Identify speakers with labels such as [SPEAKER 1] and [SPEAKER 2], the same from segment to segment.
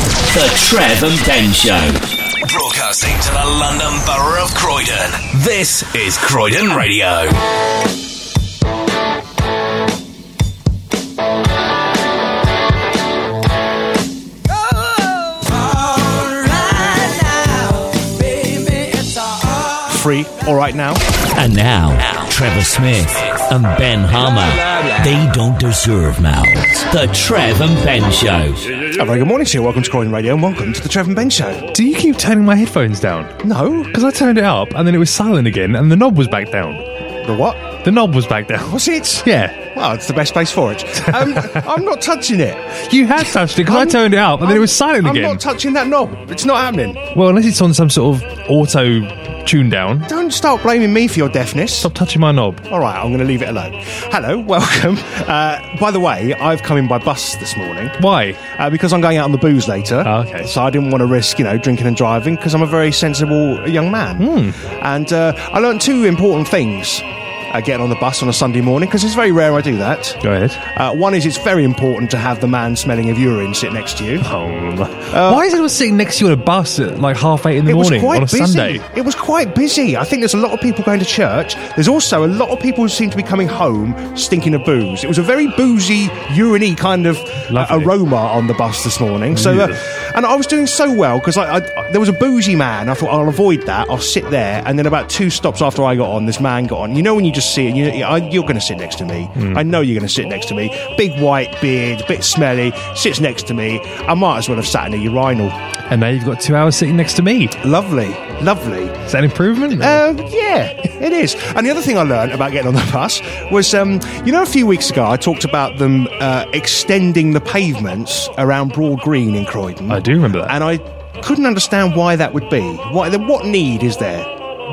[SPEAKER 1] The Trev and Ben Show.
[SPEAKER 2] Broadcasting to the London Borough of Croydon. This is Croydon Radio.
[SPEAKER 3] Free, all right now.
[SPEAKER 4] And now, Trevor Smith and Ben Harmer. They don't deserve mouths. The Trev and Ben Show.
[SPEAKER 3] A very good morning to you. Welcome to Croydon Radio and welcome to the Trevor and Ben Show.
[SPEAKER 5] Do you keep turning my headphones down?
[SPEAKER 3] No,
[SPEAKER 5] Because I turned it up and then it was silent again and the knob was back down.
[SPEAKER 3] the what?
[SPEAKER 5] The knob was back down.
[SPEAKER 3] What's it?
[SPEAKER 5] Yeah.
[SPEAKER 3] Well, it's the best place for it. Um, I'm not touching it.
[SPEAKER 5] You had touched it because I
[SPEAKER 3] I'm-
[SPEAKER 5] turned it up and Oh, then it was
[SPEAKER 3] I'm
[SPEAKER 5] silent again.
[SPEAKER 3] not touching that knob. It's not happening.
[SPEAKER 5] well, unless it's on some sort of auto tune down.
[SPEAKER 3] Don't start blaming me for your deafness.
[SPEAKER 5] Stop touching my knob.
[SPEAKER 3] All right, I'm going to leave it alone. Hello, welcome. Uh, by the way, I've come in by bus this morning.
[SPEAKER 5] Why?
[SPEAKER 3] Uh, because I'm going out on the booze later.
[SPEAKER 5] Ah, okay.
[SPEAKER 3] So I didn't want to risk, you know, drinking and driving because I'm a very sensible uh, young man. And uh, I learned two important things uh, getting on the bus on a Sunday morning because it's very rare I do that.
[SPEAKER 5] Go ahead.
[SPEAKER 3] Uh, one is it's very important to have the man smelling of urine sit next to you.
[SPEAKER 5] Oh, Why is everyone sitting next to you on a bus at like half eight in the
[SPEAKER 3] Uh, It was
[SPEAKER 5] morning
[SPEAKER 3] quite
[SPEAKER 5] on a
[SPEAKER 3] busy.
[SPEAKER 5] Sunday?
[SPEAKER 3] It was quite busy. I think there's a lot of people going to church. There's also a lot of people who seem to be coming home stinking of booze. It was a very boozy, urine kind of uh,
[SPEAKER 5] Lovely.
[SPEAKER 3] aroma on the bus this morning. So, uh, and I was doing so well because I, I, there was a boozy man. I thought I'll avoid that. I'll sit there. And then about two stops after I got on, this man got on. You know when you just see it, you, I, you're going to sit next to me.
[SPEAKER 5] Hmm.
[SPEAKER 3] I know you're going to sit next to me. Big white beard, bit smelly, sits next to me. I might as well have sat in a urinal.
[SPEAKER 5] And now you've got two hours sitting next to me.
[SPEAKER 3] Lovely, lovely.
[SPEAKER 5] Is that an improvement?
[SPEAKER 3] Um, yeah, it is. And the other thing I learned about getting on the bus was, um, you know, a few weeks ago I talked about them uh, extending the pavements around Broad Green in Croydon.
[SPEAKER 5] I do remember that.
[SPEAKER 3] And I couldn't understand why that would be. Why, then what need is there?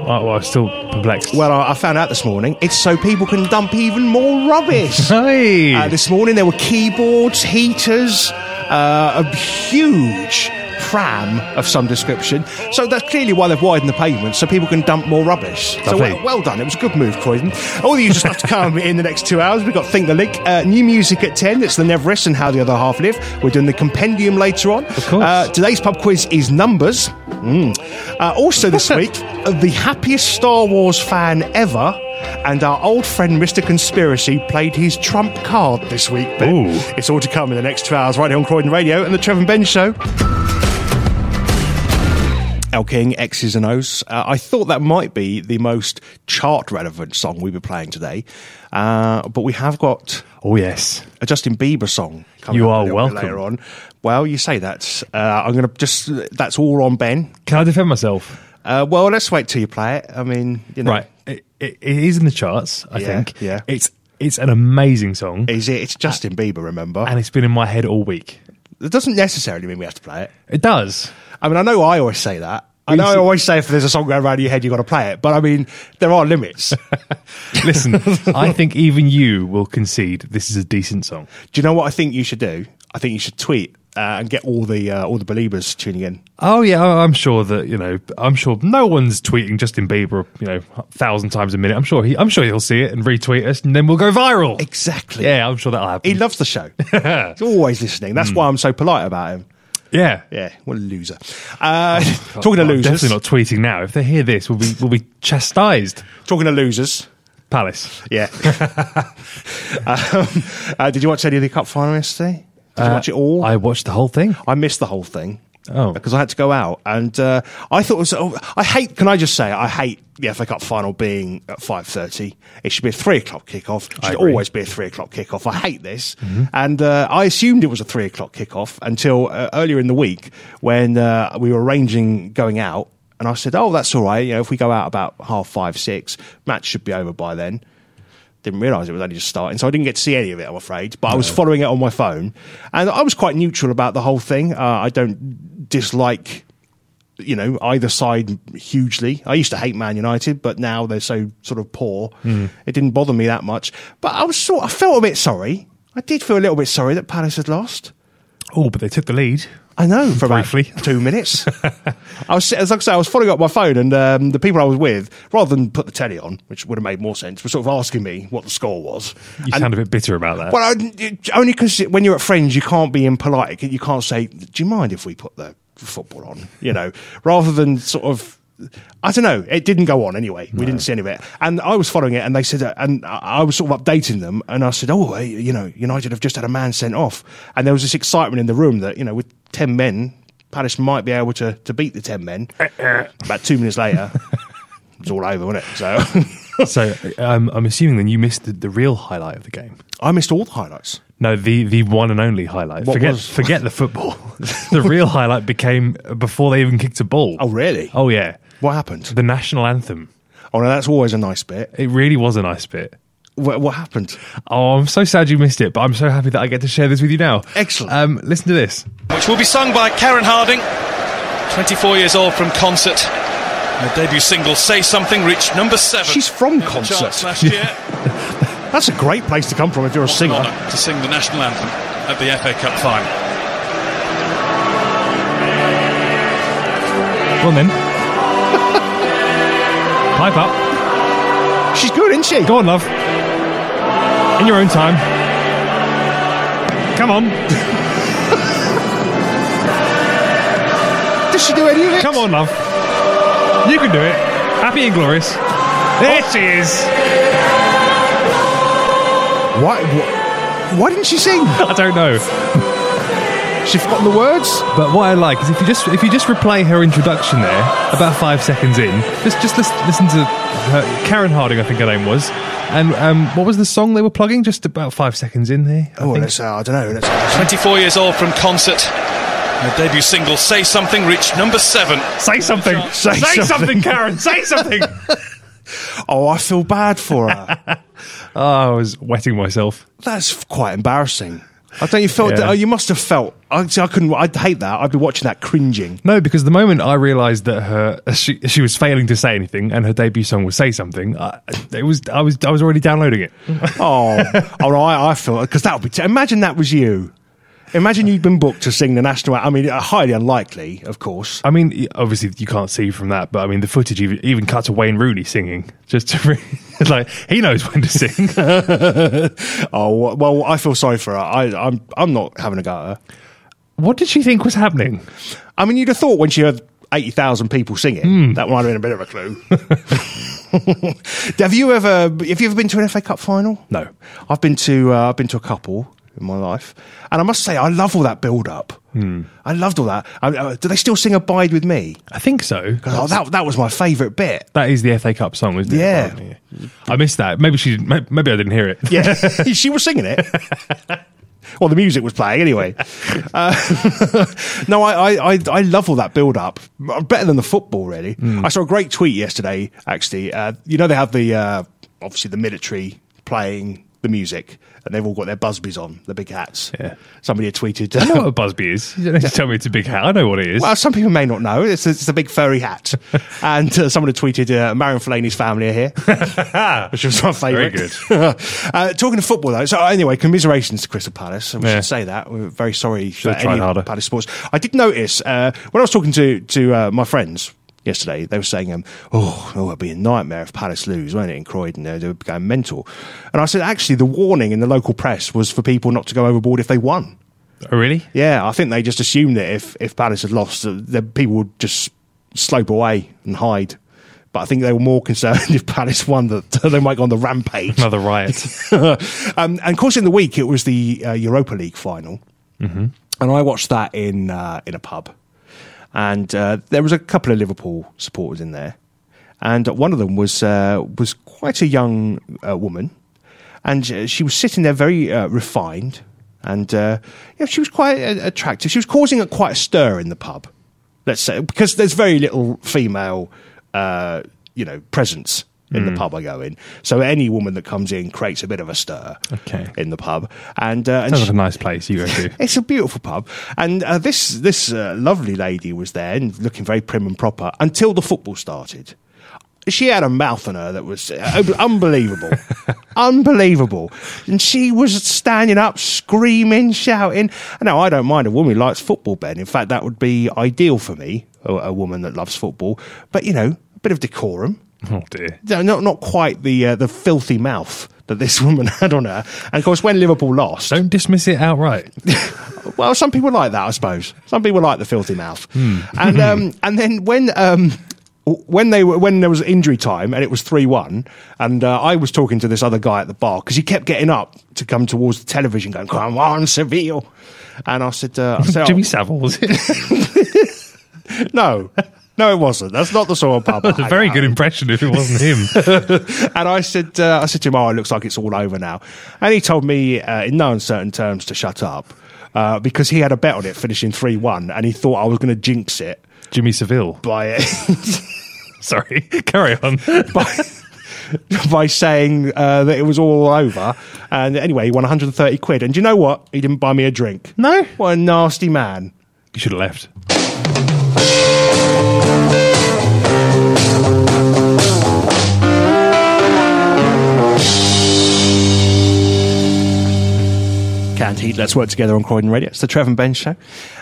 [SPEAKER 5] oh, well, I'm still perplexed.
[SPEAKER 3] Well, I, I found out this morning it's so people can dump even more rubbish.
[SPEAKER 5] hey.
[SPEAKER 3] Uh, this morning there were keyboards, heaters, uh, a huge pram of some description. So that's clearly why they've widened the pavement, so people can dump more rubbish. So
[SPEAKER 5] Lovely.
[SPEAKER 3] well, well done. It was a good move, Croydon. All you just have to come in the next two hours. We've got Think the Lick, uh, new music at 10. It's The Neverest and How the Other Half Live. We're doing the compendium later on. Of
[SPEAKER 5] course.
[SPEAKER 3] Uh, today's pub quiz is numbers. Mm. Uh, also this week, uh, the happiest Star Wars fan ever. And our old friend Mr. Conspiracy played his trump card this week. But
[SPEAKER 5] Ooh.
[SPEAKER 3] It's all to come in the next two hours, right here on Croydon Radio and the Trevor and Ben Show. El King, X's and O's. Uh, I thought that might be the most chart relevant song we were playing today, uh, but we have got
[SPEAKER 5] oh, yes.
[SPEAKER 3] a Justin Bieber song coming up
[SPEAKER 5] You
[SPEAKER 3] a
[SPEAKER 5] are
[SPEAKER 3] little bit
[SPEAKER 5] welcome.
[SPEAKER 3] later on. Well, you say that. Uh, I'm going to just, that's all on Ben.
[SPEAKER 5] Can I defend myself?
[SPEAKER 3] Uh, well, let's wait till you play it. I mean, you know.
[SPEAKER 5] Right. It, it, it is in the charts, I
[SPEAKER 3] Yeah,
[SPEAKER 5] think.
[SPEAKER 3] yeah.
[SPEAKER 5] It's it's an amazing song,
[SPEAKER 3] Is it? It's Justin Bieber, remember?
[SPEAKER 5] Uh, and it's been in my head all week.
[SPEAKER 3] it doesn't necessarily mean we have to play it.
[SPEAKER 5] It does.
[SPEAKER 3] I mean, I know I always say that. I know I always say if there's a song going around your head, you've got to play it. But I mean, there are limits.
[SPEAKER 5] Listen, I think even you will concede this is a decent song.
[SPEAKER 3] Do you know what I think you should do? I think you should tweet uh, and get all the uh, all the believers tuning in.
[SPEAKER 5] Oh yeah, I- I'm sure that you know. I'm sure no one's tweeting Justin Bieber, you know, a thousand times a minute. I'm sure he. I'm sure he'll see it and retweet us, and then we'll go viral.
[SPEAKER 3] Exactly.
[SPEAKER 5] Yeah, I'm sure that'll happen.
[SPEAKER 3] He loves the show. He's always listening.
[SPEAKER 5] Hmm.
[SPEAKER 3] That's why I'm so polite about him.
[SPEAKER 5] yeah.
[SPEAKER 3] Yeah, what a loser. Uh, talking to
[SPEAKER 5] I'm
[SPEAKER 3] losers.
[SPEAKER 5] definitely not tweeting now. If they hear this, we'll be we'll be chastised.
[SPEAKER 3] Talking to losers.
[SPEAKER 5] Palace.
[SPEAKER 3] Yeah. um, uh, did you watch any of the cup final yesterday? Did you watch it all?
[SPEAKER 5] Uh, I watched the whole thing.
[SPEAKER 3] I missed the whole thing.
[SPEAKER 5] Oh.
[SPEAKER 3] Because I had to go out. And uh, I thought it was, oh, I hate, can I just say, I hate the FA Cup final being at 5.30. It should be a 3 o'clock kickoff. It
[SPEAKER 5] I
[SPEAKER 3] should
[SPEAKER 5] agree.
[SPEAKER 3] always be a 3 o'clock kickoff. I hate this. And uh, I assumed it was a 3 o'clock kickoff until uh, earlier in the week when uh, we were arranging going out. And I said, oh, that's all right. You know, if we go out about half five, six, match should be over by then didn't realise it was only just starting, so I didn't get to see any of it, I'm afraid. But I was following it on my phone, and I was quite neutral about the whole thing. Uh, I don't dislike, you know, either side hugely. I used to hate Man United, but now they're so sort of poor,
[SPEAKER 5] Hmm.
[SPEAKER 3] it didn't bother me that much. But I was sort, I felt a bit sorry. I did feel a little bit sorry that Palace had lost.
[SPEAKER 5] Oh, but they took the lead.
[SPEAKER 3] I know for about
[SPEAKER 5] Briefly.
[SPEAKER 3] two minutes. I was as like I say, I was following up my phone, and um, the people I was with, rather than put the telly on, which would have made more sense, were sort of asking me what the score was.
[SPEAKER 5] You
[SPEAKER 3] And-
[SPEAKER 5] sound a bit bitter about that.
[SPEAKER 3] well, I, only because when you're at friends, you can't be impolite. You can't say, "Do you mind if we put the football on?" You know, rather than sort of. I don't know. It didn't go on anyway. We didn't see any of it, and I was following it. And they said, uh, and I I was sort of updating them, and I said, "Oh, hey, you know, United have just had a man sent off," and there was this excitement in the room that you know, with ten men, Palace might be able to to beat the ten men. About two minutes later, it's all over, wasn't it? So
[SPEAKER 5] so um, I'm assuming then you missed the, the real highlight of the game.
[SPEAKER 3] I missed all the highlights.
[SPEAKER 5] No, the, the one and only highlight.
[SPEAKER 3] What
[SPEAKER 5] forget
[SPEAKER 3] was-
[SPEAKER 5] forget the football. the real highlight became before they even kicked a ball.
[SPEAKER 3] Oh, really?
[SPEAKER 5] Oh yeah.
[SPEAKER 3] What happened?
[SPEAKER 5] The national anthem.
[SPEAKER 3] Oh no, that's always a nice bit.
[SPEAKER 5] It really was a nice bit.
[SPEAKER 3] What, what happened?
[SPEAKER 5] Oh, I'm so sad you missed it, but I'm so happy that I get to share this with you now.
[SPEAKER 3] Excellent.
[SPEAKER 5] Um, listen to this.
[SPEAKER 6] which will be sung by Karen Harding, 24 years old from concert. Her debut single, Say Something, reached number seven.
[SPEAKER 3] She's from
[SPEAKER 6] in the
[SPEAKER 3] Concert.
[SPEAKER 6] charts last year.
[SPEAKER 3] That's a great place to come from if you're a
[SPEAKER 6] What an
[SPEAKER 3] singer.
[SPEAKER 6] honour to sing the national anthem at the FA Cup final.
[SPEAKER 5] Go on then. Pipe up.
[SPEAKER 3] She's good, isn't she?
[SPEAKER 5] Go on, love. In your own time. Come on.
[SPEAKER 3] Does she do any of it?
[SPEAKER 5] Come on, love. You can do it. Happy and glorious. There she is.
[SPEAKER 3] Why, why, why didn't she sing?
[SPEAKER 5] I don't know.
[SPEAKER 3] She forgotten the words?
[SPEAKER 5] But what I like is if you just if you just replay her introduction there, about five seconds in, just just listen, listen to her, Karen Harding, I think her name was, and um, what was the song they were plugging? Just about five seconds in there. I
[SPEAKER 3] Oh,
[SPEAKER 5] think.
[SPEAKER 3] let's, uh, I don't know. Let's, uh,
[SPEAKER 6] 24 years old from concert. Her debut single, Say Something, reached number seven.
[SPEAKER 5] Say something.
[SPEAKER 3] Say something.
[SPEAKER 5] Karen. Say something.
[SPEAKER 3] oh, I feel bad for her.
[SPEAKER 5] oh, I was wetting myself.
[SPEAKER 3] That's quite embarrassing. I don't. You felt.
[SPEAKER 5] Yeah.
[SPEAKER 3] That, oh, you must have felt. I, see, I couldn't. I'd hate that. I'd be watching that cringing.
[SPEAKER 5] No, because the moment I realised that her uh, she she was failing to say anything, and her debut song was "Say Something," I, it was I was I was already downloading it.
[SPEAKER 3] Oh, all right. I feel because that would be. T- imagine that was you. Imagine you'd been booked to sing the national. an- I mean, uh, highly unlikely, of course.
[SPEAKER 5] I mean, y- obviously you can't see from that, but I mean the footage even, even cut to Wayne Rooney singing, just to re- it's like he knows when to sing.
[SPEAKER 3] Oh well, I feel sorry for her. I, I'm. I'm not having a go at her.
[SPEAKER 5] what did she think was happening?
[SPEAKER 3] I mean, you'd have thought when she heard 80,000 people singing, that might have been a bit of a clue. have you ever have you ever been to an FA Cup final?
[SPEAKER 5] No.
[SPEAKER 3] I've been to uh, I've been to a couple in my life, and I must say I love all that build up. I loved all that. I, uh, do they still sing "Abide with Me"?
[SPEAKER 5] I think so.
[SPEAKER 3] 'Cause, oh, that that was my favourite bit.
[SPEAKER 5] That is the FA Cup song, isn't it?
[SPEAKER 3] Yeah.
[SPEAKER 5] Apparently. I missed that. Maybe she didn't, may- maybe I didn't hear it.
[SPEAKER 3] Yeah, she was singing it. well, the music was playing anyway. Uh, no, I, I, I, I love all that build up. Better than the football, really.
[SPEAKER 5] Hmm.
[SPEAKER 3] I saw a great tweet yesterday, actually. Uh, you know, they have the, uh, obviously, the military playing the music, and they've all got their busbies on, the big hats.
[SPEAKER 5] Yeah.
[SPEAKER 3] Somebody had tweeted. uh,
[SPEAKER 5] I know what a Busby is. You don't need to tell me it's a big hat. I know what it is.
[SPEAKER 3] Well, some people may not know. It's, it's a big furry hat. and uh, someone had tweeted, uh, Marion Fellaini's family are
[SPEAKER 5] Oh,
[SPEAKER 3] here, which was my favourite.
[SPEAKER 5] Very
[SPEAKER 3] uh, talking of football, though. So, anyway, commiserations to Crystal Palace. And we
[SPEAKER 5] Yeah.
[SPEAKER 3] should say that. We're very sorry for
[SPEAKER 5] have tried
[SPEAKER 3] any
[SPEAKER 5] harder.
[SPEAKER 3] Palace sports. I did notice uh, when I was talking to, to uh, my friends yesterday, they were saying, um, oh, oh, it'd be a nightmare if Palace lose, won't it, in Croydon? They they would be going mental. And I said, actually, the warning in the local press was for people not to go overboard if they won.
[SPEAKER 5] oh, really?
[SPEAKER 3] Yeah, I think they just assumed that if, if Palace had lost, that the people would just slope away and hide. But I think they were more concerned if Palace won that they might go on the rampage.
[SPEAKER 5] Another riot.
[SPEAKER 3] um, and of course, in the week it was the uh, Europa League final, and I watched that in uh, in a pub, and uh, there was a couple of Liverpool supporters in there, and one of them was uh, was quite a young uh, woman, and uh, she was sitting there very uh, refined, and uh, you know, she was quite uh, attractive. She was causing a, quite a stir in the pub, let's say, because there's very little female, uh, you know, presence. In
[SPEAKER 5] Hmm.
[SPEAKER 3] the pub I go in, so any woman that comes in creates a bit of a stir
[SPEAKER 5] Okay.
[SPEAKER 3] in the pub, and, uh, and
[SPEAKER 5] Sounds like
[SPEAKER 3] she-
[SPEAKER 5] a nice place you go to.
[SPEAKER 3] it's a beautiful pub, and uh, this this uh, lovely lady was there and looking very prim and proper until the football started. she had a mouth on her that was uh, unbelievable, unbelievable, and she was standing up, screaming, shouting. Now I don't mind a woman who likes football, Ben. In fact, that would be ideal for me, a, a woman that loves football. But you know, a bit of decorum.
[SPEAKER 5] Oh dear.
[SPEAKER 3] No, not not quite the uh, the filthy mouth that this woman had on her. And of course, when Liverpool lost,
[SPEAKER 5] Don't dismiss it outright.
[SPEAKER 3] well, some people like that, I suppose. Some people like the filthy mouth.
[SPEAKER 5] Hmm.
[SPEAKER 3] And um, and then when um, w- when they were when there was injury time and it was three one, and uh, I was talking to this other guy at the bar because he kept getting up to come towards the television, going, "Come on, Seville," and I said, uh, I said
[SPEAKER 5] Jimmy Savile was it?
[SPEAKER 3] "Oh, "No." No, it wasn't. That's not the sort of pub.
[SPEAKER 5] That's a
[SPEAKER 3] I
[SPEAKER 5] very
[SPEAKER 3] go."
[SPEAKER 5] good impression if it wasn't him.
[SPEAKER 3] and I said, uh, I said to him, "Oh, it looks like it's all over now." And he told me uh, in no uncertain terms to shut up uh, because he had a bet on it finishing three one, and he thought I was going to jinx it
[SPEAKER 5] Jimmy Seville.
[SPEAKER 3] by
[SPEAKER 5] Sorry. Carry on.
[SPEAKER 3] by, by saying uh, that it was all over. And anyway, he won 130 quid. And do you know what? He didn't buy me a drink.
[SPEAKER 5] No?
[SPEAKER 3] What a nasty man.
[SPEAKER 5] You should have left.
[SPEAKER 3] Canned Heat, let's work together on Croydon Radio. It's the Trevor and Ben show.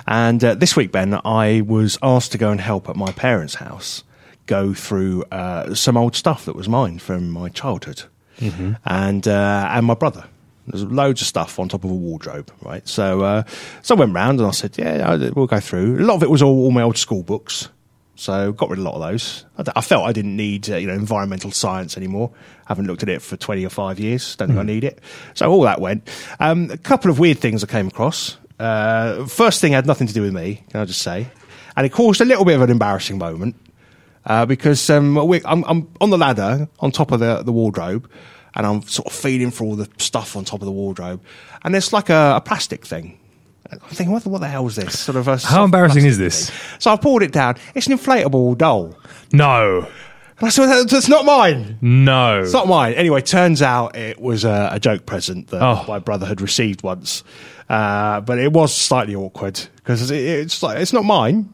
[SPEAKER 3] And uh, this week, Ben, I was asked to go and help at my parents' house go through uh, some old stuff that was mine from my childhood and, uh, and my brother. There's loads of stuff on top of a wardrobe, right? So, uh, so I went round and I said, "Yeah, I- we'll go through." A lot of it was all, all my old school books, so got rid of a lot of those. I, d- I felt I didn't need uh, you know environmental science anymore. Haven't looked at it for twenty or five years. Don't think I need it. So all that went. Um, a couple of weird things I came across. Uh, first thing had nothing to do with me. Can I just say? And it caused a little bit of an embarrassing moment uh, because um, we, I'm, I'm on the ladder on top of the, the wardrobe and I'm sort of feeling for all the stuff on top of the wardrobe and it's like a, a plastic thing. I'm thinking, what the, what the hell is this? Sort of a
[SPEAKER 5] How
[SPEAKER 3] soft
[SPEAKER 5] embarrassing
[SPEAKER 3] plastic
[SPEAKER 5] is this?
[SPEAKER 3] thing. So I pulled it down. It's an inflatable doll.
[SPEAKER 5] No.
[SPEAKER 3] And I said, "That- that's not mine.
[SPEAKER 5] No.
[SPEAKER 3] It's not mine. Anyway, turns out it was a, a joke present that
[SPEAKER 5] Oh.
[SPEAKER 3] my brother had received once. Uh, but it was slightly awkward because it, it's like, it's not mine.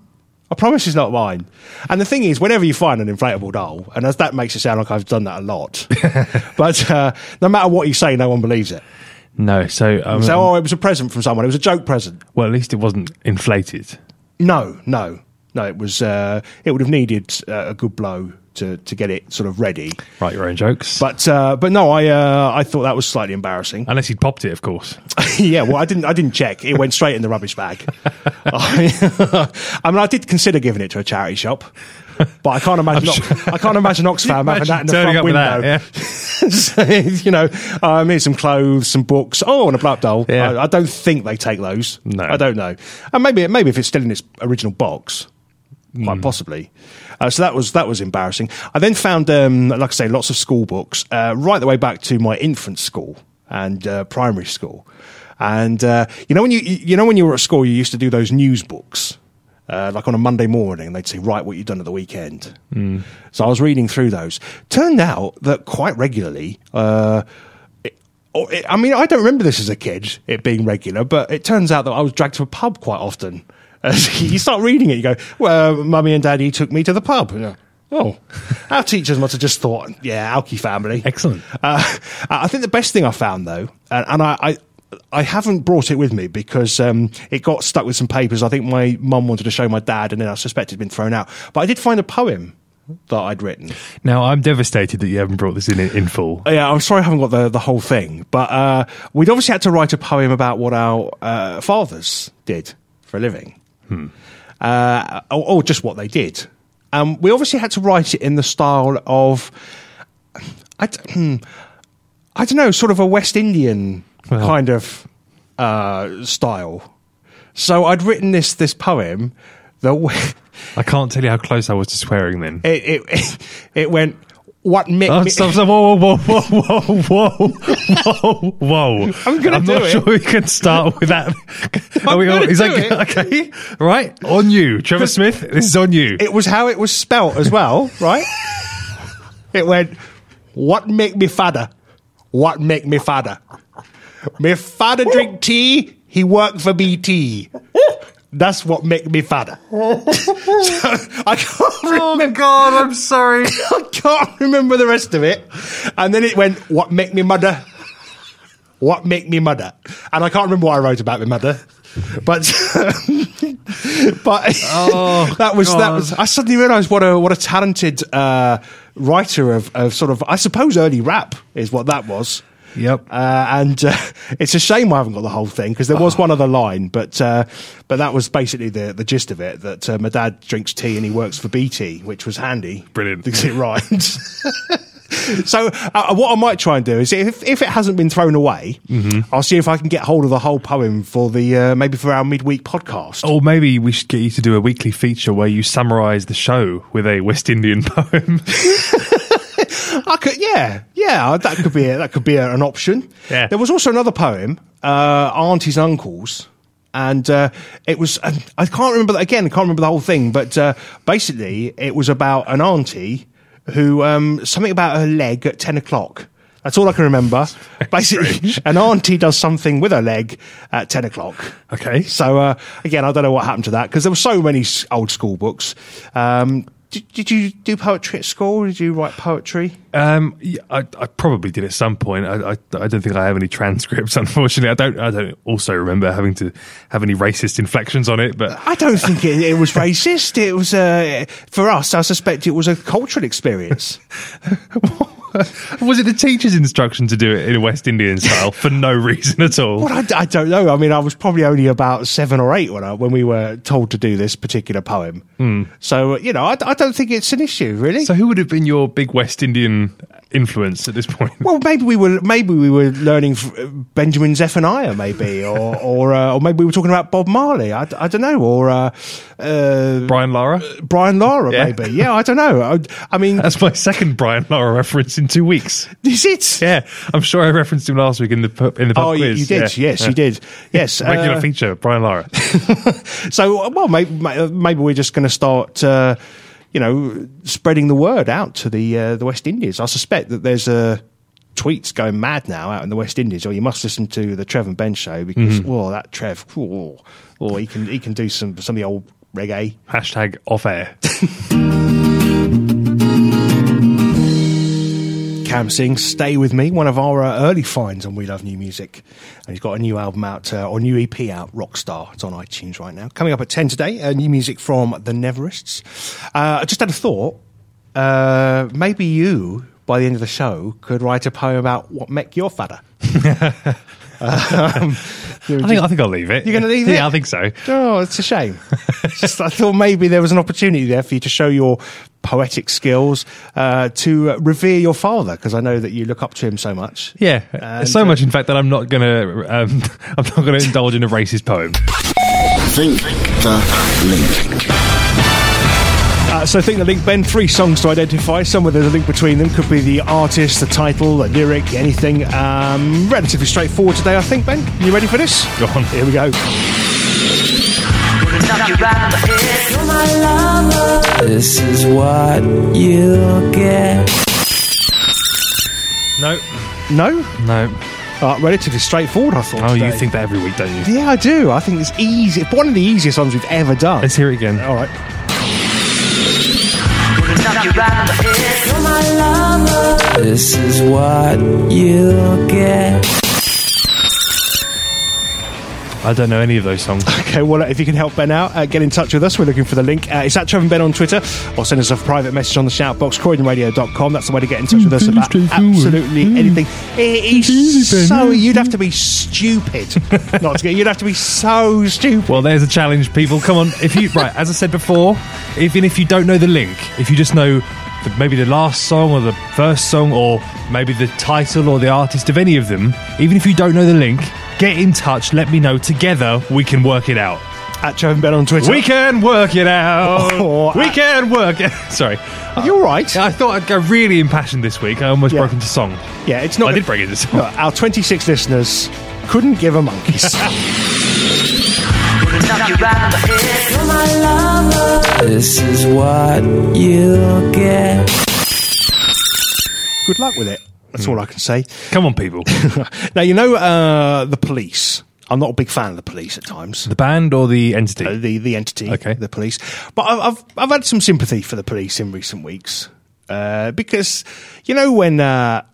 [SPEAKER 3] I promise it's not mine. And the thing is, whenever you find an inflatable doll, and as that makes it sound like I've done that a lot, but uh, no matter what you say, no one believes it.
[SPEAKER 5] no. So, um,
[SPEAKER 3] So, oh, it was a present from someone. It was a joke present.
[SPEAKER 5] well, at least it wasn't inflated.
[SPEAKER 3] No, no, no. It was. Uh, it would have needed uh, a good blow to to get it sort of ready.
[SPEAKER 5] Write your own jokes.
[SPEAKER 3] But uh, but no, I uh, I thought that was slightly embarrassing.
[SPEAKER 5] Unless he'd popped it, of course.
[SPEAKER 3] yeah, well, I didn't. I didn't check. It went straight in the rubbish bag. I, I mean, I did consider giving it to a charity shop, but I can't imagine. Ox- I can't imagine Oxfam having
[SPEAKER 5] Imagine
[SPEAKER 3] that in the
[SPEAKER 5] turning
[SPEAKER 3] front
[SPEAKER 5] up with
[SPEAKER 3] window.
[SPEAKER 5] that, yeah.
[SPEAKER 3] So, you know, um, here's some clothes, some books. Oh, and a black doll.
[SPEAKER 5] Yeah.
[SPEAKER 3] I, I don't think they take those.
[SPEAKER 5] No.
[SPEAKER 3] I don't know. And maybe maybe if it's still in its original box. Quite possibly, uh, so that was that was embarrassing. I then found, um, like I say, lots of school books uh, right the way back to my infant school and uh, primary school. And uh, you know when you you know when you were at school, you used to do those news books, uh, like on a Monday morning, and they'd say, "Write what you've done at the weekend." So I was reading through those. Turned out that quite regularly, uh, it, or Oh, it, I mean, I don't remember this as a kid, it being regular, but it turns out that I was dragged to a pub quite often. As you start reading it, you go, "Well, mummy and daddy took me to the pub." And you're, Oh, our teachers must have just thought, "Yeah, Alki family."
[SPEAKER 5] Excellent.
[SPEAKER 3] Uh, I think the best thing I found though, and, and I, I, I haven't brought it with me because um, it got stuck with some papers. I think my mum wanted to show my dad, and then I suspect it'd been thrown out. But I did find a poem that I'd written.
[SPEAKER 5] Now, I'm devastated that you haven't brought this in in full.
[SPEAKER 3] Yeah, I'm sorry I haven't got the, the whole thing, but uh, we'd obviously had to write a poem about what our uh, fathers did for a living, uh, or, or just what they did. Um, we obviously had to write it in the style of, I, d- hmm, I don't know, sort of a West Indian kind of uh, style. So I'd written this this poem that. w-
[SPEAKER 5] I can't tell you how close I was to swearing then.
[SPEAKER 3] It, it, it went, what Mick.
[SPEAKER 5] Oh,
[SPEAKER 3] Mi-
[SPEAKER 5] stop, stop, whoa, whoa, whoa, whoa, whoa, whoa, whoa, whoa.
[SPEAKER 3] I'm gonna
[SPEAKER 5] I'm
[SPEAKER 3] do
[SPEAKER 5] not
[SPEAKER 3] it.
[SPEAKER 5] sure we can start with that. Are
[SPEAKER 3] I'm
[SPEAKER 5] we all,
[SPEAKER 3] gonna
[SPEAKER 5] is
[SPEAKER 3] do it.
[SPEAKER 5] that, Okay, right, on you. Trevor Smith, this is on you.
[SPEAKER 3] it was how it was spelt as well, right? it went, what make me fader? What make me fader? Me fader drink tea, he work for BT. That's what make me fatter. so I can't remember.
[SPEAKER 5] Oh, God, I'm sorry.
[SPEAKER 3] I can't remember the rest of it. And then it went, what make me mudder? What make me mudder? And I can't remember what I wrote about my mother. But but that was that
[SPEAKER 5] Oh, God.
[SPEAKER 3] was I suddenly realised what a what a talented uh, writer of, of sort of I suppose early rap is what that was.
[SPEAKER 5] Yep.
[SPEAKER 3] Uh, and uh, it's a shame I haven't got the whole thing because there was
[SPEAKER 5] Ah.
[SPEAKER 3] one other line, but uh, but that was basically the the gist of it. That uh, my dad drinks tea and he works for BT, which was handy.
[SPEAKER 5] Brilliant.
[SPEAKER 3] because it rhymes. so uh, what I might try and do is if if it hasn't been thrown away,
[SPEAKER 5] Mm-hmm.
[SPEAKER 3] I'll see if I can get hold of the whole poem for the uh, maybe for our midweek podcast.
[SPEAKER 5] Or maybe we should get you to do a weekly feature where you summarise the show with a West Indian poem.
[SPEAKER 3] I could, yeah, yeah. That could be a, that could be a, an option.
[SPEAKER 5] Yeah.
[SPEAKER 3] There was also another poem, uh, "Aunties Uncles," and uh, it was um, I can't remember that again. I can't remember the whole thing, but uh, basically it was about an auntie who um, something about her leg at ten o'clock. That's all I can remember. Basically, an auntie does something with her leg at ten o'clock.
[SPEAKER 5] Okay.
[SPEAKER 3] So uh, again, I don't know what happened to that because there were so many s- old school books. Um, did, did you do poetry at school? Did you write poetry?
[SPEAKER 5] Um, yeah, I, I probably did at some point. I, I, I don't think I have any transcripts, unfortunately. I don't. I don't also remember having to have any racist inflections on it. But
[SPEAKER 3] I don't think it, it was racist. It was uh, for us. I suspect it was a cultural experience.
[SPEAKER 5] was it the teacher's instruction to do it in a West Indian style for no reason at all?
[SPEAKER 3] Well, I, I don't know. I mean, I was probably only about seven or eight when I, when we were told to do this particular poem. So uh, you know, I, I don't think it's an issue really.
[SPEAKER 5] Hmm. So, who would have been your big West Indian influence at this point?
[SPEAKER 3] well, maybe we were maybe we were learning f- Benjamin Zephaniah, maybe, or or uh, or maybe we were talking about Bob Marley. I, don't know, or uh, uh,
[SPEAKER 5] Brian Lara.
[SPEAKER 3] Brian Lara,
[SPEAKER 5] Yeah.
[SPEAKER 3] maybe. Yeah, I don't know. I, I mean,
[SPEAKER 5] That's my second Brian Lara reference in two weeks.
[SPEAKER 3] is it?
[SPEAKER 5] Yeah, I'm sure I referenced him last week in the pub, in the pub
[SPEAKER 3] Oh, you,
[SPEAKER 5] quiz.
[SPEAKER 3] you did.
[SPEAKER 5] Yeah.
[SPEAKER 3] Yes, you did. Yes.
[SPEAKER 5] Regular
[SPEAKER 3] uh,
[SPEAKER 5] feature, Brian Lara.
[SPEAKER 3] So, well, maybe, maybe we're just going to start, uh, you know, spreading the word out to the uh, the West Indies. I suspect that there's uh, tweets going mad now out in the West Indies. Or you must listen to the Trev and Ben show because, whoa, that Trev, whoa, or he can he can do some some of the old reggae.
[SPEAKER 5] Hashtag off air.
[SPEAKER 3] Cam Singh, Stay With Me, one of our uh, early finds on We Love New Music. And he's got a new album out, uh, or new EP out, Rockstar. It's on iTunes right now. Coming up at 10 today, uh, new music from The Neverists. Uh, I just had a thought. Uh, maybe you, by the end of the show, could write a poem about what make your fatter. Um, you're
[SPEAKER 5] I think, I think I'll leave it.
[SPEAKER 3] You're gonna leave
[SPEAKER 5] yeah,
[SPEAKER 3] it?
[SPEAKER 5] Yeah, I think so.
[SPEAKER 3] Oh, it's a shame. It's just, I thought maybe there was an opportunity there for you to show your poetic skills, uh, to uh, revere your father, because I know that you look up to him so much.
[SPEAKER 5] Yeah,
[SPEAKER 3] And,
[SPEAKER 5] so
[SPEAKER 3] uh,
[SPEAKER 5] much in fact that I'm not gonna um, I'm not gonna indulge in a racist poem.
[SPEAKER 7] Think the link.
[SPEAKER 3] Uh, so think the link, Ben. Three songs to identify. Somewhere there's a link between them. Could be the artist, the title, the lyric, anything. Um, relatively straightforward today, I think, Ben. You ready for this?
[SPEAKER 5] Go on.
[SPEAKER 3] Here we go.
[SPEAKER 8] This is what you get.
[SPEAKER 5] No,
[SPEAKER 3] No?
[SPEAKER 5] no.
[SPEAKER 3] Uh, relatively straightforward, I thought.
[SPEAKER 5] Oh, you
[SPEAKER 3] today.
[SPEAKER 5] think that every week, don't you?
[SPEAKER 3] Yeah, I do. I think it's easy. One of the easiest ones we've ever done.
[SPEAKER 5] Let's hear it again.
[SPEAKER 3] All right.
[SPEAKER 8] This is what you get.
[SPEAKER 5] I don't know any of those songs.
[SPEAKER 3] Okay, well, if you can help Ben out, uh, get in touch with us. We're looking for the link. Uh, it's at Trevor and Ben on Twitter, or send us a private message on the shout box, croydonradio.com. That's the way to get in touch with us about absolutely anything. It is so, you'd have to be stupid not to get, you'd have to be so stupid.
[SPEAKER 5] Well, there's a challenge, people. Come on, if you right, as I said before, even if you don't know the link, if you just know the, maybe the last song or the first song or maybe the title or the artist of any of them, even if you don't know the link, get in touch. Let me know. Together, we can work it out.
[SPEAKER 3] At Trevor and Ben on Twitter.
[SPEAKER 5] We can work it out.
[SPEAKER 3] Oh,
[SPEAKER 5] we
[SPEAKER 3] I-
[SPEAKER 5] can work it. Sorry.
[SPEAKER 3] You're right.
[SPEAKER 5] I thought I'd go really impassioned this week. I almost
[SPEAKER 3] Yeah.
[SPEAKER 5] broke into song.
[SPEAKER 3] Yeah, it's not.
[SPEAKER 5] I did break into song.
[SPEAKER 3] No, our 26 listeners couldn't give a monkey's.
[SPEAKER 8] This is what you get.
[SPEAKER 3] Good luck with it. That's all I can say.
[SPEAKER 5] Come on, people.
[SPEAKER 3] now you know uh, the police. I'm not a big fan of the police at times.
[SPEAKER 5] The band or the entity?
[SPEAKER 3] Uh, the the entity,
[SPEAKER 5] Okay.
[SPEAKER 3] the police. But I've, I've I've had some sympathy for the police in recent weeks uh, because you know when uh,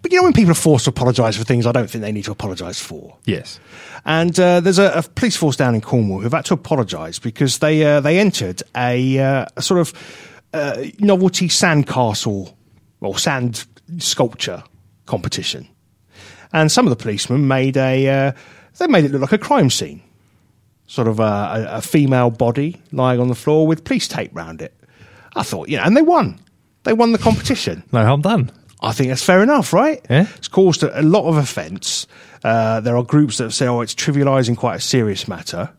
[SPEAKER 3] but you know when people are forced to apologise for things I don't think they need to apologise for.
[SPEAKER 5] yes.
[SPEAKER 3] And uh, there's a, a police force down in Cornwall who've had to apologise because they uh, they entered a, uh, a sort of uh, novelty sandcastle or sand sculpture competition, and some of the policemen made a uh, they made it look like a crime scene, sort of a, a, a female body lying on the floor with police tape round it. I thought, you know, and they won. They won the competition.
[SPEAKER 5] No harm done.
[SPEAKER 3] I think that's fair enough, right?
[SPEAKER 5] Yeah.
[SPEAKER 3] It's caused a, a lot of offence. Uh, there are groups that say, oh, it's trivialising quite a serious matter.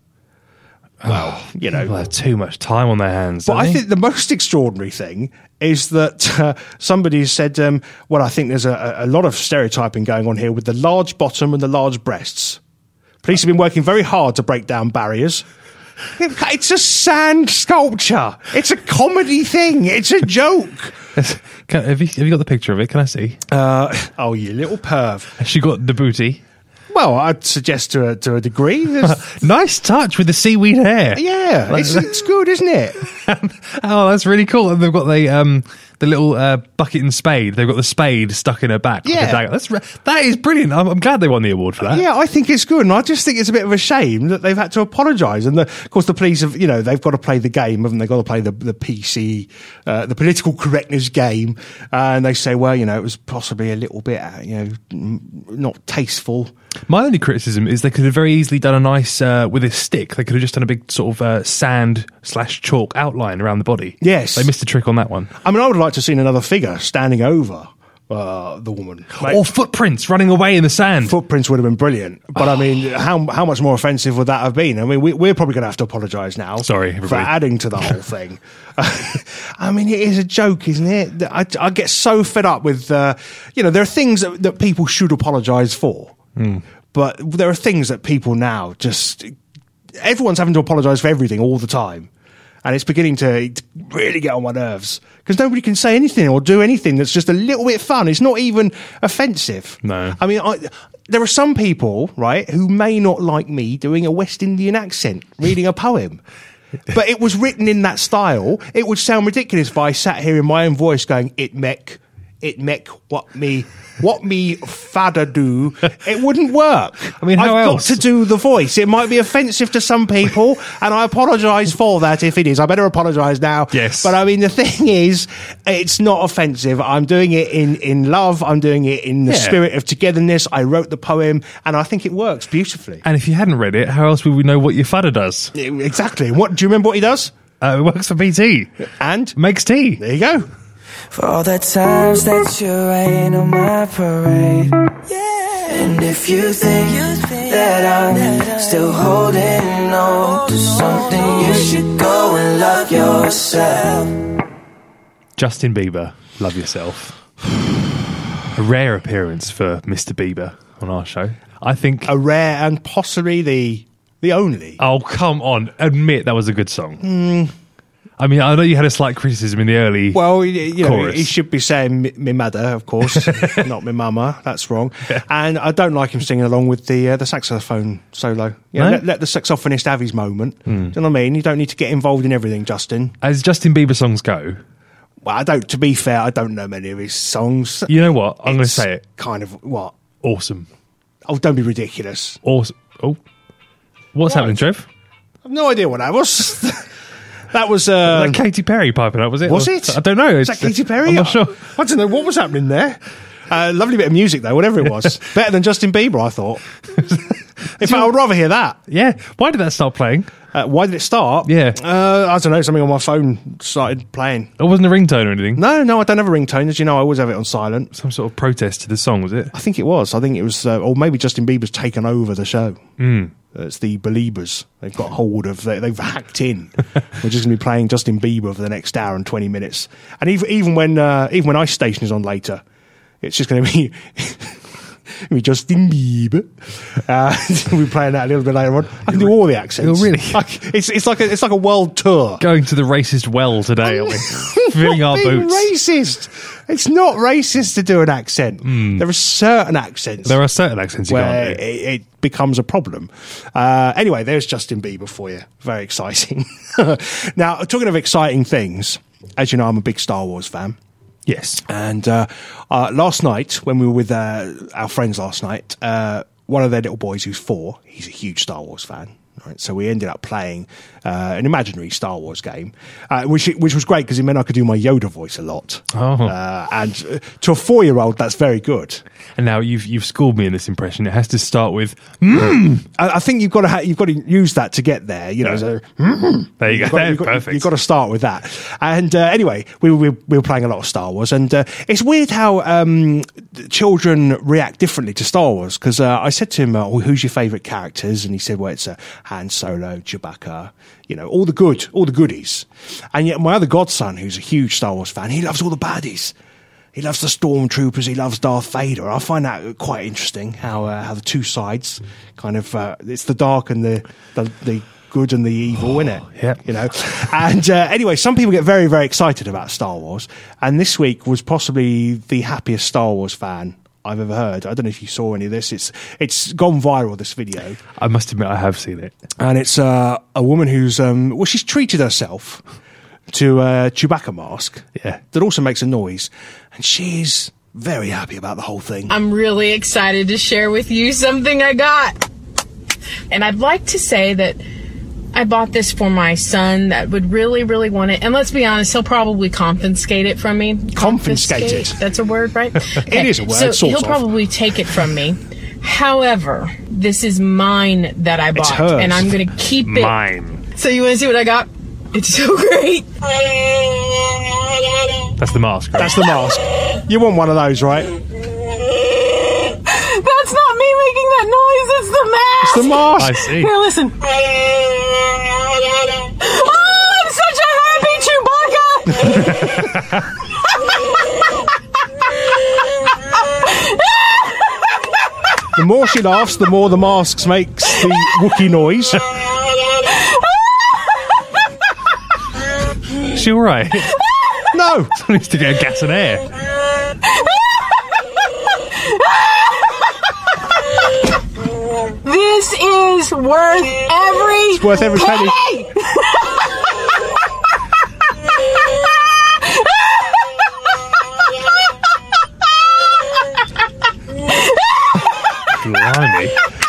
[SPEAKER 3] Well, you know.
[SPEAKER 5] People have too much time on their hands.
[SPEAKER 3] But
[SPEAKER 5] Oh, don't
[SPEAKER 3] I
[SPEAKER 5] they?
[SPEAKER 3] think the most extraordinary thing is that uh, somebody has said, um, well, I think there's a, a a lot of stereotyping going on here with the large bottom and the large breasts. Police have been working very hard to break down barriers. It's a sand sculpture. It's a comedy thing. It's a joke.
[SPEAKER 5] Can, have, you, have you got the picture of it? Can I see?
[SPEAKER 3] Uh, oh, you little perv.
[SPEAKER 5] She got the booty.
[SPEAKER 3] Well, I'd suggest to a, to a degree. There's,
[SPEAKER 5] Nice touch with the seaweed hair.
[SPEAKER 3] yeah, it's, it's good, isn't it?
[SPEAKER 5] Oh, that's really cool. And they've got the um the little uh, bucket and spade. They've got the spade stuck in her back. with a
[SPEAKER 3] Yeah.
[SPEAKER 5] dagger. that's re- that is brilliant. I'm, I'm glad they won the award for that.
[SPEAKER 3] Yeah, I think it's good, and I just think it's a bit of a shame that they've had to apologise. And the, of course, the police have, you know, they've got to play the game, haven't they? Got to play the the PC, uh, the political correctness game, uh, and they say, well, you know, it was possibly a little bit, uh, you know, n- not tasteful.
[SPEAKER 5] My only criticism is they could have very easily done a nice uh, with a stick. They could have just done a big sort of uh, sand slash chalk outline around the body.
[SPEAKER 3] Yes.
[SPEAKER 5] they missed a trick on that one.
[SPEAKER 3] I mean, I would have liked to have seen another figure standing over uh, the woman, Like,
[SPEAKER 5] Or footprints running away in the sand.
[SPEAKER 3] footprints would have been brilliant. But
[SPEAKER 5] Ah.
[SPEAKER 3] I mean, how how much more offensive would that have been? I mean, we, we're probably going to have to apologise now.
[SPEAKER 5] Sorry,
[SPEAKER 3] for
[SPEAKER 5] everybody.
[SPEAKER 3] adding to the whole thing. I mean, it is a joke, isn't it? I, I get so fed up with uh, you know there are things that, that people should apologise for,
[SPEAKER 5] Hmm.
[SPEAKER 3] but there are things that people now just everyone's having to apologise for everything all the time. And it's beginning to really get on my nerves because nobody can say anything or do anything that's just a little bit fun. It's not even offensive.
[SPEAKER 5] No.
[SPEAKER 3] I mean, I, there are some people, right, who may not like me doing a West Indian accent, reading a poem. But it was written in that style. It would sound ridiculous if I sat here in my own voice going, it mek, it mek, what me, what me fada do. It wouldn't work.
[SPEAKER 5] I mean, how
[SPEAKER 3] I've
[SPEAKER 5] else?
[SPEAKER 3] got to do the voice. It might be offensive to some people, and I apologise for that if it is. I better apologise now.
[SPEAKER 5] Yes.
[SPEAKER 3] But I mean, the thing is, it's not offensive. I'm doing it in, in love. I'm doing it in the
[SPEAKER 5] Yeah.
[SPEAKER 3] spirit of togetherness. I wrote the poem, and I think it works beautifully.
[SPEAKER 5] and if you hadn't read it, how else would we know what your fada does?
[SPEAKER 3] Exactly. What do you remember? What he does?
[SPEAKER 5] Uh, it works for PT.
[SPEAKER 3] And
[SPEAKER 5] Makes tea.
[SPEAKER 3] there you go.
[SPEAKER 8] For all the times that you rain on my parade. And if you think that I'm still holding on to something, you should go and love yourself.
[SPEAKER 5] Justin Bieber, love yourself. A rare appearance for Mr. Bieber on our show. I think.
[SPEAKER 3] A rare and possibly the the only.
[SPEAKER 5] Oh, come on. Admit that was a good song. I mean, I know you had a slight criticism in the early.
[SPEAKER 3] Well, y- you know,
[SPEAKER 5] Chorus.
[SPEAKER 3] he should be saying "Mi- "me mother," of course, not "me mama." That's wrong. And I don't like him singing along with the uh, the saxophone solo. You know,
[SPEAKER 5] No?
[SPEAKER 3] let,
[SPEAKER 5] Hmm.
[SPEAKER 3] let the saxophonist have his moment. Do you know what I mean? You don't need to get involved in everything, Justin.
[SPEAKER 5] as Justin Bieber songs go,
[SPEAKER 3] Well, I don't. To be fair, I don't know many of his songs.
[SPEAKER 5] you know what? I'm going to
[SPEAKER 3] It's
[SPEAKER 5] say it.
[SPEAKER 3] Kind of what?
[SPEAKER 5] Awesome.
[SPEAKER 3] Oh, don't be ridiculous.
[SPEAKER 5] Awesome. Oh. What's happening, Trev?
[SPEAKER 3] I've no idea what that was. that was. Uh,
[SPEAKER 5] Like Katy Perry piping up, was it?
[SPEAKER 3] Was
[SPEAKER 5] Or-
[SPEAKER 3] it?
[SPEAKER 5] I don't know.
[SPEAKER 3] Is that Katy Perry? Uh,
[SPEAKER 5] I'm not sure.
[SPEAKER 3] I don't know what was happening there. Uh, lovely bit of music though, whatever it was. Better than Justin Bieber, I thought. In fact, I would rather hear that.
[SPEAKER 5] Yeah. Why did that start playing?
[SPEAKER 3] Uh, why did it start?
[SPEAKER 5] Yeah.
[SPEAKER 3] Uh, I don't know. Something on my phone started playing.
[SPEAKER 5] It wasn't a ringtone or anything.
[SPEAKER 3] No, no, I don't have a ringtone. As you know, I always have it on silent.
[SPEAKER 5] Some sort of protest to the song, was it?
[SPEAKER 3] I think it was. I think it was, uh, or maybe Justin Bieber's taken over the show.
[SPEAKER 5] Hmm.
[SPEAKER 3] Uh, It's the Beliebers. They've got hold of. They, they've hacked in. We're just going to be playing Justin Bieber for the next hour and twenty minutes. And even even when uh, even when Ice Station is on later, it's just going to be with Justin Bieber. Uh, we'll be playing that a little bit later on. I can do all the accents.
[SPEAKER 5] Oh, really?
[SPEAKER 3] Like, it's, it's, like a, it's like a world tour.
[SPEAKER 5] Going to the racist well today, aren't we? Filling
[SPEAKER 3] Not
[SPEAKER 5] our
[SPEAKER 3] being
[SPEAKER 5] boots.
[SPEAKER 3] racist. It's not racist to do an accent. There are certain accents.
[SPEAKER 5] Hmm. There are certain accents you
[SPEAKER 3] where it,
[SPEAKER 5] can't do.
[SPEAKER 3] it becomes a problem. Uh, anyway, there's Justin Bieber for you. Very exciting. now, talking of exciting things, as you know, I'm a big Star Wars fan.
[SPEAKER 5] Yes.
[SPEAKER 3] And uh, uh, last night, when we were with uh, our friends last night, uh, one of their little boys who's four, he's a huge Star Wars fan. Right? So we ended up playing uh, an imaginary Star Wars game, uh, which which was great because it meant I could do my Yoda voice a lot.
[SPEAKER 5] Oh.
[SPEAKER 3] Uh, and uh, to a four year old, that's very good.
[SPEAKER 5] And now you've you've schooled me in this impression. It has to start with "Mm."
[SPEAKER 3] I, I think you've got to ha- you've got to use that to get there. You know,
[SPEAKER 5] Yeah.
[SPEAKER 3] so
[SPEAKER 5] there
[SPEAKER 3] You've got,
[SPEAKER 5] you go. There,
[SPEAKER 3] you've got-
[SPEAKER 5] Perfect.
[SPEAKER 3] you've got to start with that. And uh, anyway, we, we, we were playing a lot of Star Wars, and uh, it's weird how um, th- children react differently to Star Wars. Because uh, I said to him, uh, well, "Who's your favourite characters?" And he said, "Well, it's uh, Han Solo, Chewbacca, you know, all the good, all the goodies." And yet, my other godson, who's a huge Star Wars fan, he loves all the baddies. He loves the stormtroopers. He loves Darth Vader. I find that quite interesting how uh, how the two sides kind of uh, it's the dark and the the, the good and the evil,
[SPEAKER 5] Oh,
[SPEAKER 3] in it?
[SPEAKER 5] yep.
[SPEAKER 3] you know. And uh, anyway, some people get very very excited about Star Wars, and this week was possibly the happiest Star Wars fan. I've ever heard. I don't know if you saw any of this. It's it's gone viral. This video,
[SPEAKER 5] I must admit, I have seen it.
[SPEAKER 3] and it's uh, a woman who's um, well, she's treated herself to a Chewbacca mask.
[SPEAKER 5] Yeah.
[SPEAKER 3] that also makes a noise, and she's very happy about the whole thing.
[SPEAKER 9] I'm really excited to share with you something I got. And I'd like to say that I bought this for my son that would really, really want it. And let's be honest, he'll probably confiscate it from me.
[SPEAKER 3] Confiscate it.
[SPEAKER 9] That's a word, right?
[SPEAKER 3] It is a word,
[SPEAKER 9] So
[SPEAKER 3] sort
[SPEAKER 9] he'll
[SPEAKER 3] of.
[SPEAKER 9] probably take it from me. However, this is mine that I bought,
[SPEAKER 3] hers.
[SPEAKER 9] and I'm going to keep it.
[SPEAKER 5] Mine.
[SPEAKER 9] So you want to see what I got? It's so great.
[SPEAKER 5] That's the mask. Right?
[SPEAKER 3] That's the mask. You want one of those, right?
[SPEAKER 9] That's not me making that noise. It's the mask.
[SPEAKER 3] It's the mask.
[SPEAKER 5] I see.
[SPEAKER 9] Here, listen. Oh, I'm such a happy Chewbacca.
[SPEAKER 3] The more she laughs, the more the mask makes the Wookie noise.
[SPEAKER 5] Is she all right?
[SPEAKER 3] No,
[SPEAKER 5] needs to get a gas and air.
[SPEAKER 9] This is worth every
[SPEAKER 3] it's worth every penny.
[SPEAKER 5] Blimey.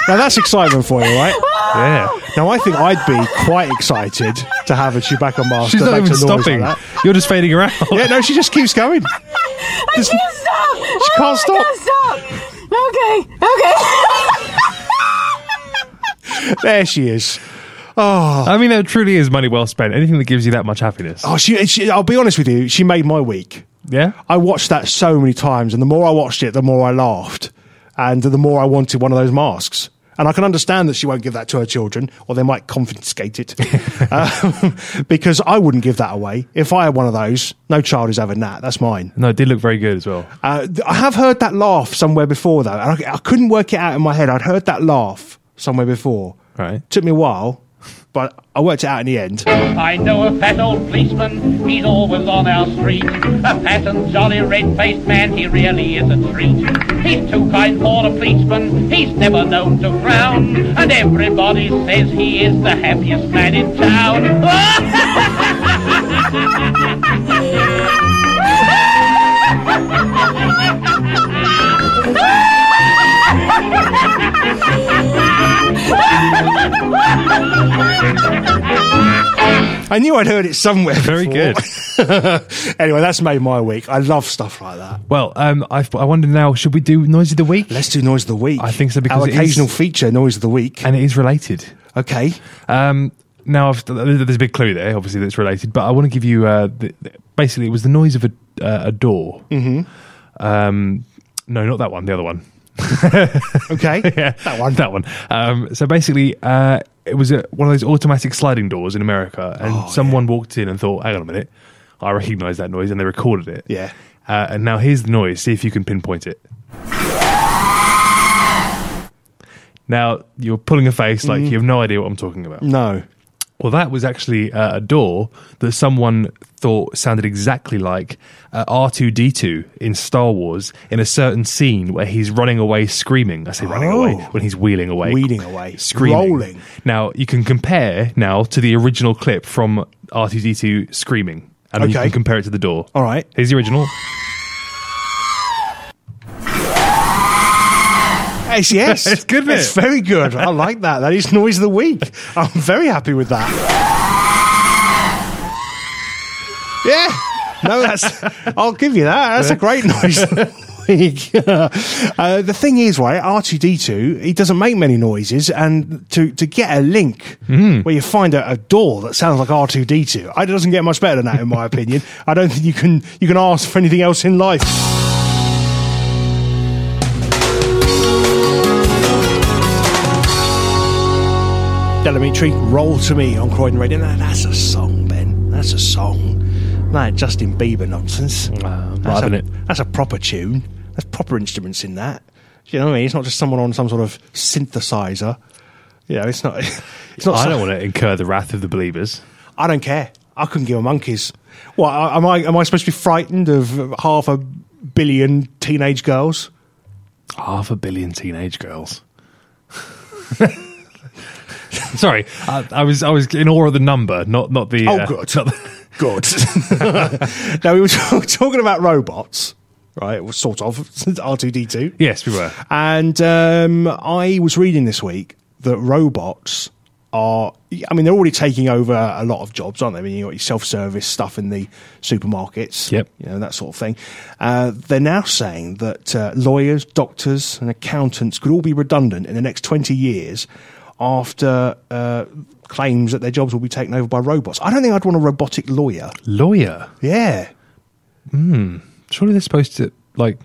[SPEAKER 3] Now that's excitement for you, right?
[SPEAKER 5] Yeah.
[SPEAKER 3] Now I think I'd be quite excited to have a Chewbacca mask.
[SPEAKER 5] She's
[SPEAKER 3] that
[SPEAKER 5] not
[SPEAKER 3] makes
[SPEAKER 5] even
[SPEAKER 3] a noise
[SPEAKER 5] stopping.
[SPEAKER 3] Like that.
[SPEAKER 5] You're just fading around.
[SPEAKER 3] Yeah, no, she just keeps going. There's-
[SPEAKER 9] stop. She
[SPEAKER 3] can't stop.
[SPEAKER 9] stop. Okay. Okay.
[SPEAKER 3] there she is.
[SPEAKER 5] I mean, that truly is money well spent. Anything that gives you that much happiness.
[SPEAKER 3] Oh, she, she. I'll be honest with you. She made my week.
[SPEAKER 5] Yeah.
[SPEAKER 3] I watched that so many times, and the more I watched it, the more I laughed, and the more I wanted one of those masks. And I can understand that she won't give that to her children, or they might confiscate it, um, because I wouldn't give that away. If I had one of those, no child is having that. That's mine.
[SPEAKER 5] No, it did look very good as well.
[SPEAKER 3] Uh, th- I have heard that laugh somewhere before, though, and I, I couldn't work it out in my head. I'd heard that laugh somewhere before.
[SPEAKER 5] Right.
[SPEAKER 3] Took me a while, but I worked it out in the end.
[SPEAKER 10] I know a fat old policeman, he's always on our street. A fat and jolly red-faced man, he really is a treat. He's too kind for a policeman, he's never known to frown. And everybody says he is the happiest man in town.
[SPEAKER 3] I knew I'd heard it somewhere.
[SPEAKER 5] Very
[SPEAKER 3] before. anyway, that's made my week. I love stuff like that.
[SPEAKER 5] Well, um, I've, I wonder now, should we do noise of the week?
[SPEAKER 3] Let's do noise of the week.
[SPEAKER 5] I think so, because
[SPEAKER 3] our
[SPEAKER 5] it
[SPEAKER 3] occasional
[SPEAKER 5] is-
[SPEAKER 3] feature, noise of the week.
[SPEAKER 5] And it is related.
[SPEAKER 3] okay,
[SPEAKER 5] Um, now, I've, there's a big clue there, obviously, that's related, but I want to give you uh, the, the- basically, it was the noise of a, uh, a door. Mm-hmm. Um, no, not that one, the other one.
[SPEAKER 3] okay,
[SPEAKER 5] yeah, that one. That one. Um, so basically, uh, it was a, one of those automatic sliding doors in America, and someone walked in and thought, hang on a minute, I recognize that noise, and they recorded it.
[SPEAKER 3] Yeah.
[SPEAKER 5] Uh, and now here's the noise. See if you can pinpoint it. Now, you're pulling a face
[SPEAKER 3] Mm.
[SPEAKER 5] like you have no idea what I'm talking about.
[SPEAKER 3] No.
[SPEAKER 5] Well, that was actually uh, a door that someone thought sounded exactly like uh, R2D2 in Star Wars in a certain scene where he's running away screaming. I say running away,
[SPEAKER 3] Oh.
[SPEAKER 5] when he's wheeling away.
[SPEAKER 3] Wheeling away.
[SPEAKER 5] Screaming.
[SPEAKER 3] Rolling.
[SPEAKER 5] Now, you can compare now to the original clip from R2D2 screaming. And then you
[SPEAKER 3] Okay.
[SPEAKER 5] can compare it to the door.
[SPEAKER 3] All right.
[SPEAKER 5] Here's the original.
[SPEAKER 3] Yes, yes.
[SPEAKER 5] It's good, isn't
[SPEAKER 3] It's
[SPEAKER 5] it?
[SPEAKER 3] very good. I like that. That is noise of the week. I'm very happy with that. Yeah. No, that's. I'll give you that. That's a great noise. of the week. uh, the thing is, right? R two D two. He doesn't make many noises, and to to get a link
[SPEAKER 5] Hmm.
[SPEAKER 3] where you find a, a door that sounds like R two D two, it doesn't get much better than that, in my opinion. I don't think you can you can ask for anything else in life. Delamitri, roll to me on Croydon Radio. Now, that's a song, Ben. That's a song. That ain't Justin Bieber nonsense. that's,
[SPEAKER 5] loving
[SPEAKER 3] a,
[SPEAKER 5] it.
[SPEAKER 3] that's a proper tune. That's proper instruments in that. Do you know what I mean? It's not just someone on some sort of synthesizer. You know, it's not. It's not.
[SPEAKER 5] I
[SPEAKER 3] some-
[SPEAKER 5] don't want to incur the wrath of the believers.
[SPEAKER 3] I don't care. I couldn't give a monkey's. What I- am I? Am I supposed to be frightened of half a billion teenage girls?
[SPEAKER 5] half a billion teenage girls. Sorry, I, I was I was in awe of the number, not not the.
[SPEAKER 3] Oh,
[SPEAKER 5] uh,
[SPEAKER 3] good.
[SPEAKER 5] not the-
[SPEAKER 3] Good. now we were t- talking about robots, right? Well, sort of R two D two.
[SPEAKER 5] yes, we were.
[SPEAKER 3] And um, I was reading this week that robots are, I mean, they're already taking over a lot of jobs, aren't they? I mean, you've got your self service stuff in the supermarkets,
[SPEAKER 5] Yep.
[SPEAKER 3] you know, that sort of thing. Uh, they're now saying that uh, lawyers, doctors, and accountants could all be redundant in the next 20 years after uh, claims that their jobs will be taken over by robots. I don't think I'd want a robotic lawyer.
[SPEAKER 5] Lawyer.
[SPEAKER 3] Yeah.
[SPEAKER 5] Surely they're supposed to like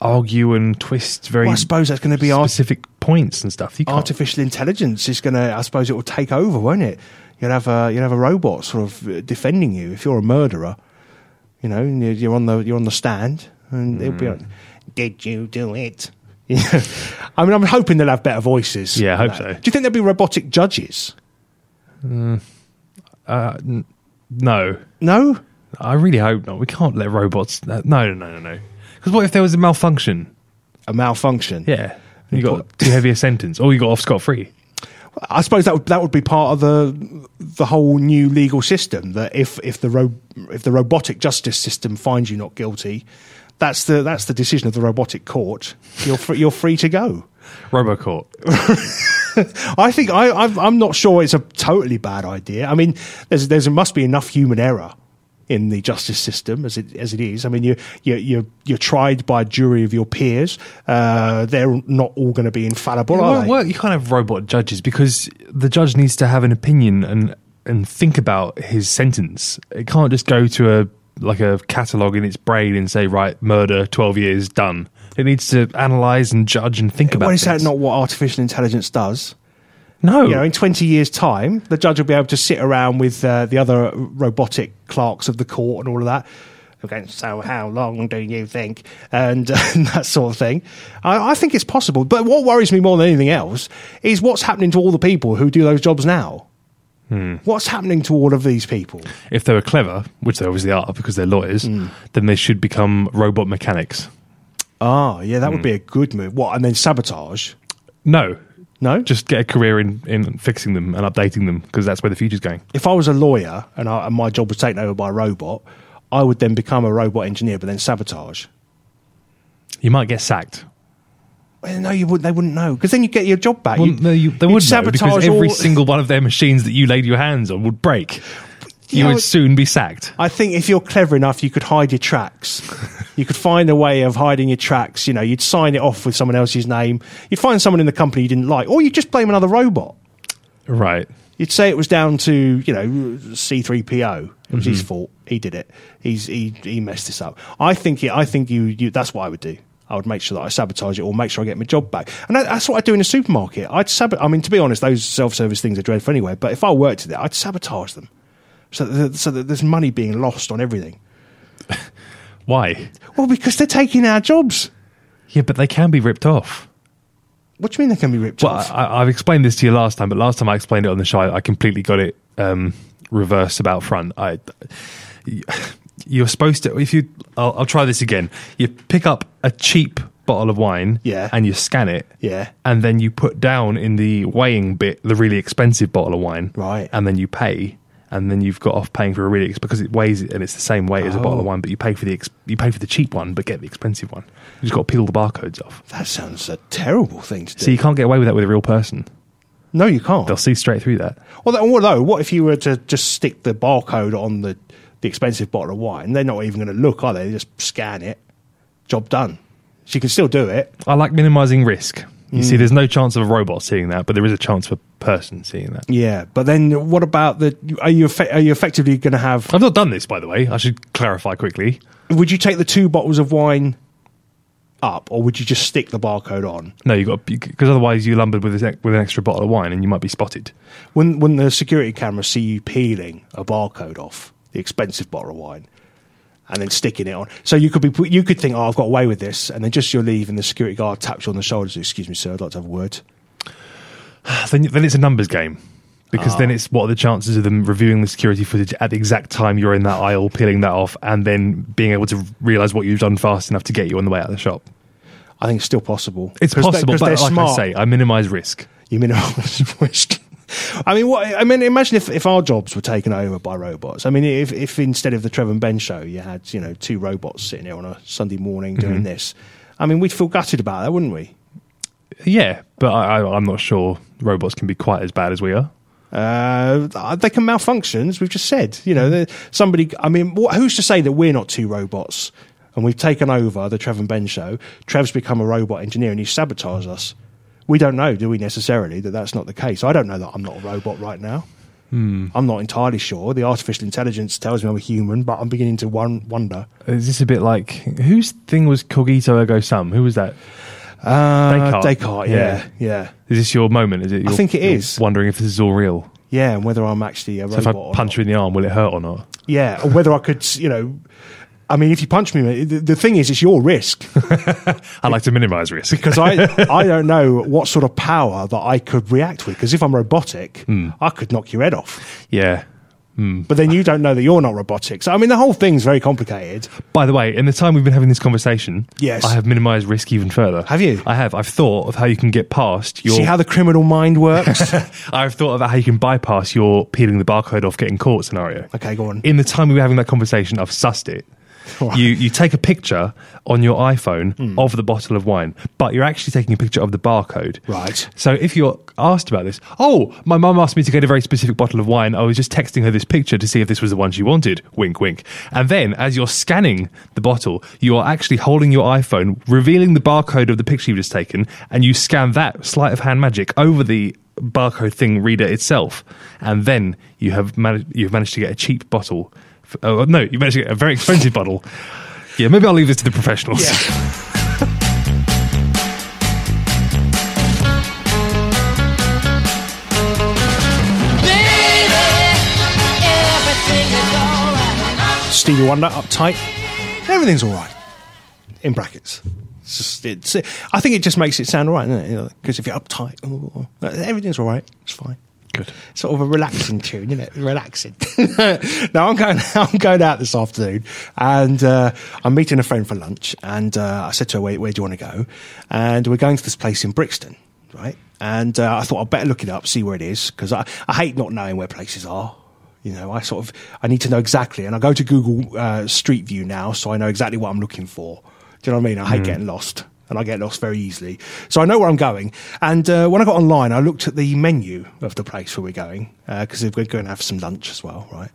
[SPEAKER 5] argue and twist very
[SPEAKER 3] Well, I suppose that's going to be our
[SPEAKER 5] specific points and stuff. You can't.
[SPEAKER 3] artificial intelligence is going to, I suppose, it will take over, won't it? You'll have a you'll have a robot sort of uh, defending you if you're a murderer. You know, and you're- you're on the you're on the stand, and it'll
[SPEAKER 5] Hmm.
[SPEAKER 3] be like, "Did you do it?" Yeah. I mean, I'm hoping they'll have better voices.
[SPEAKER 5] Yeah, I hope
[SPEAKER 3] Uh,
[SPEAKER 5] so.
[SPEAKER 3] Do you think there'll be robotic judges?
[SPEAKER 5] no,
[SPEAKER 3] No.
[SPEAKER 5] I really hope not. We can't let robots. No, no, no, no, no. Because what if there was a malfunction?
[SPEAKER 3] A malfunction.
[SPEAKER 5] Yeah, you got too heavy a sentence, or you got off scot free.
[SPEAKER 3] I suppose that would that would be part of the the whole new legal system that if if the ro- if the robotic justice system finds you not guilty, that's the that's the decision of the robotic court. You're fr- you're free to go.
[SPEAKER 5] Robocourt.
[SPEAKER 3] I think I I'm, I'm not sure it's a totally bad idea. I mean, there's there's must be enough human error in the justice system as it as it is. I mean, you you you you're tried by a jury of your peers. Uh, they're not all going to be infallible.
[SPEAKER 5] It
[SPEAKER 3] are
[SPEAKER 5] won't
[SPEAKER 3] they?
[SPEAKER 5] work. You can't have robot judges because the judge needs to have an opinion and and think about his sentence. It can't just go to a like a catalog in its brain and say right murder twelve years done. It needs to analyze and judge and think about.
[SPEAKER 3] Well, is that
[SPEAKER 5] things.
[SPEAKER 3] not what artificial intelligence does?
[SPEAKER 5] No,
[SPEAKER 3] you know, in 20 years' time, the judge will be able to sit around with uh, the other robotic clerks of the court and all of that. Okay, so how long do you think? And, uh, and that sort of thing. I, I think it's possible. But what worries me more than anything else is what's happening to all the people who do those jobs now. What's happening to all of these people?
[SPEAKER 5] if they were clever, which they obviously are because they're lawyers,
[SPEAKER 3] Hmm.
[SPEAKER 5] then they should become robot mechanics.
[SPEAKER 3] Ah, yeah, that would be a good move. What, and then sabotage?
[SPEAKER 5] No,
[SPEAKER 3] No?
[SPEAKER 5] just get a career in in fixing them and updating them because that's where the future's going.
[SPEAKER 3] if I was a lawyer and, I, and my job was taken over by a robot, I would then become a robot engineer, but then sabotage.
[SPEAKER 5] You might get sacked.
[SPEAKER 3] Well, no, you wouldn't. They wouldn't know because then you get your job back.
[SPEAKER 5] Well,
[SPEAKER 3] You'd-
[SPEAKER 5] no, you, they
[SPEAKER 3] you'd
[SPEAKER 5] would sabotage because every
[SPEAKER 3] all-
[SPEAKER 5] single one of their machines that you laid your hands on would break. You
[SPEAKER 3] Yeah,
[SPEAKER 5] would
[SPEAKER 3] but-
[SPEAKER 5] soon be sacked.
[SPEAKER 3] I think if you're clever enough, you could hide your tracks. you could find a way of hiding your tracks. You know, you'd sign it off with someone else's name. You'd find someone in the company you didn't like, or you'd just blame another robot.
[SPEAKER 5] Right.
[SPEAKER 3] You'd say it was down to you know C3PO. It was his fault. He did it. He's he he messed this up. I think it, I think you, you that's what I would do. I would make sure that I sabotage it or make sure I get my job back. And that, that's what I do in a supermarket. I'd sabot. I mean, to be honest, those self-service things are dreadful anyway. But if I worked there, I'd sabotage them so that, so that there's money being lost on everything.
[SPEAKER 5] Why?
[SPEAKER 3] Well, because they're taking our jobs.
[SPEAKER 5] Yeah, but they can be ripped off.
[SPEAKER 3] What do you mean they can be ripped
[SPEAKER 5] Well,
[SPEAKER 3] off?
[SPEAKER 5] I, I've explained this to you last time, but last time I explained it on the show, I, I completely got it um, reversed about front. I, you're supposed to, if you, I'll, I'll try this again. You pick up a cheap bottle of wine,
[SPEAKER 3] Yeah.
[SPEAKER 5] and you scan it,
[SPEAKER 3] Yeah.
[SPEAKER 5] and then you put down in the weighing bit the really expensive bottle of wine,
[SPEAKER 3] Right.
[SPEAKER 5] and then you pay. And then you've got off paying for a really ex- because it weighs it and it's the same weight as a
[SPEAKER 3] Oh.
[SPEAKER 5] bottle of wine, but you pay for the ex- you pay for the cheap one, but get the expensive one. You just got to peel the barcodes off.
[SPEAKER 3] that sounds a terrible thing to do.
[SPEAKER 5] So you can't get away with that with a real person.
[SPEAKER 3] no, you can't.
[SPEAKER 5] They'll see straight through that.
[SPEAKER 3] Although, although, what if you were to just stick the barcode on the, the expensive bottle of wine? They're not even going to look, are they? They just scan it. Job done. So you can still do it.
[SPEAKER 5] I like minimizing risk. You
[SPEAKER 3] Mm.
[SPEAKER 5] see, there's no chance of a robot seeing that, but there is a chance of a person seeing that.
[SPEAKER 3] Yeah, but then what about the? Are you effe- are you effectively going to have?
[SPEAKER 5] I've not done this, by the way. I should clarify quickly.
[SPEAKER 3] Would you take the two bottles of wine up, or would you just stick the barcode on?
[SPEAKER 5] No, you got because otherwise you're lumbered with this, ex- with an extra bottle of wine and you might be spotted.
[SPEAKER 3] Wouldn't, wouldn't the security camera see you peeling a barcode off the expensive bottle of wine and then sticking it on? So you could be put- you could think, oh, I've got away with this, and then just as you're leaving, the security guard taps you on the shoulder, says, excuse me, sir, I'd like to have a word.
[SPEAKER 5] Then, then it's a numbers game because
[SPEAKER 3] Ah.
[SPEAKER 5] then it's what are the chances of them reviewing the security footage at the exact time you're in that aisle, peeling that off, and then being able to realize what you've done fast enough to get you on the way out of the shop.
[SPEAKER 3] I think it's still possible.
[SPEAKER 5] It's
[SPEAKER 3] 'Cause they-
[SPEAKER 5] possible,
[SPEAKER 3] 'cause
[SPEAKER 5] but
[SPEAKER 3] they're
[SPEAKER 5] like I say, I minimize risk.
[SPEAKER 3] you minimise risk. I mean, what I mean, imagine if, if our jobs were taken over by robots. I mean, if, if instead of the Trevor and Ben show, you had you know two robots sitting here on a Sunday morning doing
[SPEAKER 5] Mm-hmm.
[SPEAKER 3] this. I mean, we'd feel gutted about that, wouldn't we?
[SPEAKER 5] Yeah, but I, I, I'm not sure robots can be quite as bad as we are.
[SPEAKER 3] Uh, they can malfunction, as we've just said. You know,
[SPEAKER 5] Mm-hmm.
[SPEAKER 3] the- somebody. I mean, what, who's to say that we're not two robots and we've taken over the Trev and Ben show? Trev's become a robot engineer and he sabotages us. We don't know, do we necessarily, that that's not the case? I don't know that I'm not a robot right now.
[SPEAKER 5] Hmm.
[SPEAKER 3] I'm not entirely sure. The artificial intelligence tells me I'm a human, but I'm beginning to won- wonder.
[SPEAKER 5] Is this a bit like whose thing was cogito ergo sum? Who was that?
[SPEAKER 3] Uh,
[SPEAKER 5] Descartes.
[SPEAKER 3] Descartes, yeah, yeah, yeah,
[SPEAKER 5] Is this your moment? Is it? Your,
[SPEAKER 3] think it
[SPEAKER 5] you're
[SPEAKER 3] is.
[SPEAKER 5] Wondering if this is all real.
[SPEAKER 3] and whether I'm actually a
[SPEAKER 5] So if
[SPEAKER 3] robot.
[SPEAKER 5] I
[SPEAKER 3] or
[SPEAKER 5] punch
[SPEAKER 3] not.
[SPEAKER 5] you in the arm, will it hurt or not?
[SPEAKER 3] Yeah, or whether I could, you know. I mean, if you punch me, the, the thing is, it's your risk
[SPEAKER 5] I like to minimise risk.
[SPEAKER 3] because I, I don't know what sort of power that I could react with. Because if I'm robotic, I could knock your head off.
[SPEAKER 5] yeah.
[SPEAKER 3] But then you don't know that you're not robotic. So, I mean, the whole thing's very complicated.
[SPEAKER 5] By the way, in the time we've been having this conversation,
[SPEAKER 3] Yes.
[SPEAKER 5] I have minimised risk even further.
[SPEAKER 3] Have you?
[SPEAKER 5] I have. I've thought of how you can get past your.
[SPEAKER 3] See how the criminal mind works?
[SPEAKER 5] I've thought about how you can bypass your peeling the barcode off getting caught scenario.
[SPEAKER 3] Okay, go on.
[SPEAKER 5] In the time we were having that conversation, I've sussed it.
[SPEAKER 3] Right.
[SPEAKER 5] You you take a picture on your iPhone
[SPEAKER 3] Hmm.
[SPEAKER 5] of the bottle of wine, but you're actually taking a picture of the barcode.
[SPEAKER 3] Right.
[SPEAKER 5] So if you're asked about this, oh, my mum asked me to get a very specific bottle of wine. I was just texting her this picture to see if this was the one she wanted. Wink, wink. And then as you're scanning the bottle, you are actually holding your iPhone, revealing the barcode of the picture you've just taken, and you scan that sleight of hand magic over the barcode thing reader itself. And then you have managed you've managed to get a cheap bottle. f- Oh, no, you managed to get a very expensive bottle. Yeah, maybe I'll leave this to the professionals.
[SPEAKER 3] Stevie Wonder, uptight. Everything's all right. In brackets. It's just, it's, I think it just makes it sound all right, doesn't it? Because if you're uptight, oh, oh, everything's all right. It's fine.
[SPEAKER 5] Good.
[SPEAKER 3] sort of a relaxing tune, isn't it? Relaxing. now I'm going. I'm going out this afternoon, and uh, I'm meeting a friend for lunch. And uh, I said to her, where, "Where do you want to go?" And we're going to this place in Brixton, right? And uh, I thought I'd better look it up, see where it is, because I, I hate not knowing where places are. You know, I sort of I need to know exactly, and I go to Google uh, Street View now, so I know exactly what I'm looking for. Do you know what I mean? I hate getting lost, and I get lost very easily. So I know where I'm going. And uh, when I got online, I looked at the menu of the place where we're going because we're going to have some lunch as well, right?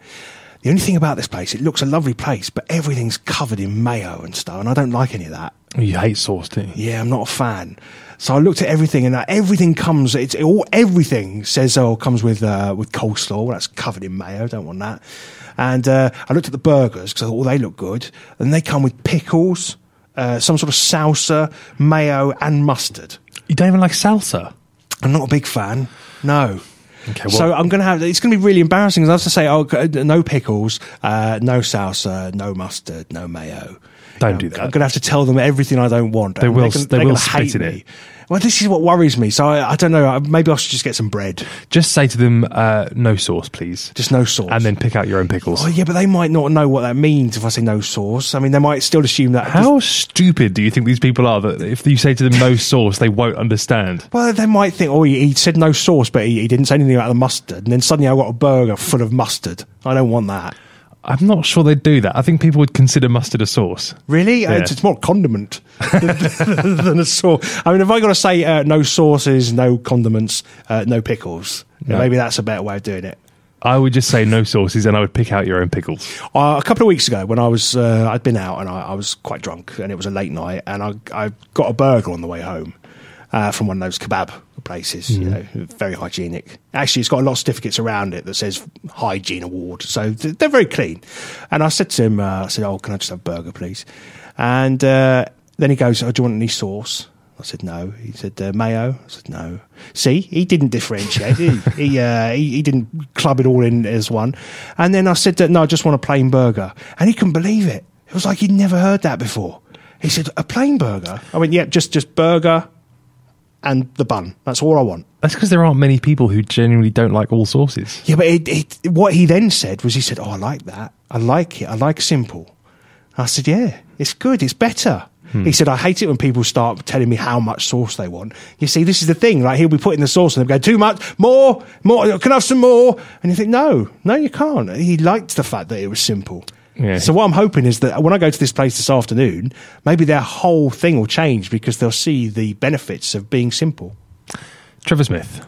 [SPEAKER 3] The only thing about this place, it looks a lovely place, but everything's covered in mayo and stuff, and I don't like any of that.
[SPEAKER 5] You hate sauce, do you?
[SPEAKER 3] Yeah, I'm not a fan. So I looked at everything, and uh, everything comes. It's it all everything says oh comes with uh, with coleslaw. Well, that's covered in mayo. Don't want that. And uh, I looked at the burgers because I thought, well, they look good. And they come with pickles, uh, some sort of salsa, mayo, and mustard.
[SPEAKER 5] You don't even like salsa.
[SPEAKER 3] I'm not a big fan. No.
[SPEAKER 5] Okay, well-
[SPEAKER 3] so I'm gonna have. It's gonna be really embarrassing. 'cause I have to say, oh, g- no pickles, uh, no salsa, no mustard, no mayo.
[SPEAKER 5] Don't
[SPEAKER 3] You know,
[SPEAKER 5] do that.
[SPEAKER 3] I'm gonna have to tell them everything I don't want.
[SPEAKER 5] They
[SPEAKER 3] and
[SPEAKER 5] will-
[SPEAKER 3] they're gonna-
[SPEAKER 5] they
[SPEAKER 3] they're
[SPEAKER 5] will
[SPEAKER 3] gonna hate
[SPEAKER 5] spit in
[SPEAKER 3] me.
[SPEAKER 5] it.
[SPEAKER 3] Well, this is what worries me. So I, I don't know. I- Maybe I should just get some bread.
[SPEAKER 5] Just say to them, uh, no sauce, please.
[SPEAKER 3] Just no sauce.
[SPEAKER 5] And then pick out your own pickles.
[SPEAKER 3] Oh, yeah, but they might not know what that means if I say no sauce. I mean, they might still assume that.
[SPEAKER 5] How stupid do you think these people are that if you say to them no sauce, they won't understand?
[SPEAKER 3] Well, they might think, oh, he, he said no sauce, but he, he didn't say anything about the mustard. And then suddenly I got a burger full of mustard. I don't want that.
[SPEAKER 5] I'm not sure they'd do that. I think people would consider mustard a sauce.
[SPEAKER 3] Really? Uh,
[SPEAKER 5] Yeah.
[SPEAKER 3] It's, it's more a condiment than, than a sauce. I mean, if I got to say uh, no sauces, no condiments, uh, no pickles,
[SPEAKER 5] No.
[SPEAKER 3] maybe that's a better way of doing it.
[SPEAKER 5] I would just say no sauces and I would pick out your own pickles.
[SPEAKER 3] Uh, a couple of weeks ago, when I was, uh, I'd been out and I, I was quite drunk, and it was a late night, and I, I got a burger on the way home uh, from one of those kebab places. You know, very hygienic. Actually, it's got a lot of certificates around it that says hygiene award, so th- they're very clean. And I said to him, uh, I said, "Oh, can I just have a burger, please?" And uh, then he goes, "Oh, do you want any sauce?" I said no. He said uh, mayo. I said no. See, he didn't differentiate. he, he, uh, he he didn't club it all in as one. And then I said that no, I just want a plain burger, and he couldn't believe it. It was like he'd never heard that before. He said a plain burger. I went, yep, just just burger and the bun. That's all I want.
[SPEAKER 5] That's because there aren't many people who genuinely don't like all sauces.
[SPEAKER 3] Yeah, but it, it, what he then said was he said, "Oh, I like that. I like it. I like simple." I said, "Yeah, it's good. It's better." He said, "I hate it when people start telling me how much sauce they want." You see, this is the thing. Like he'll be putting the sauce and they'll go, "Too much, more, more. Can I have some more?" And you think, "No, no, you can't." He liked the fact that it was simple.
[SPEAKER 5] Yeah.
[SPEAKER 3] So what I'm hoping is that when I go to this place this afternoon, maybe their whole thing will change because they'll see the benefits of being simple.
[SPEAKER 5] Trevor Smith.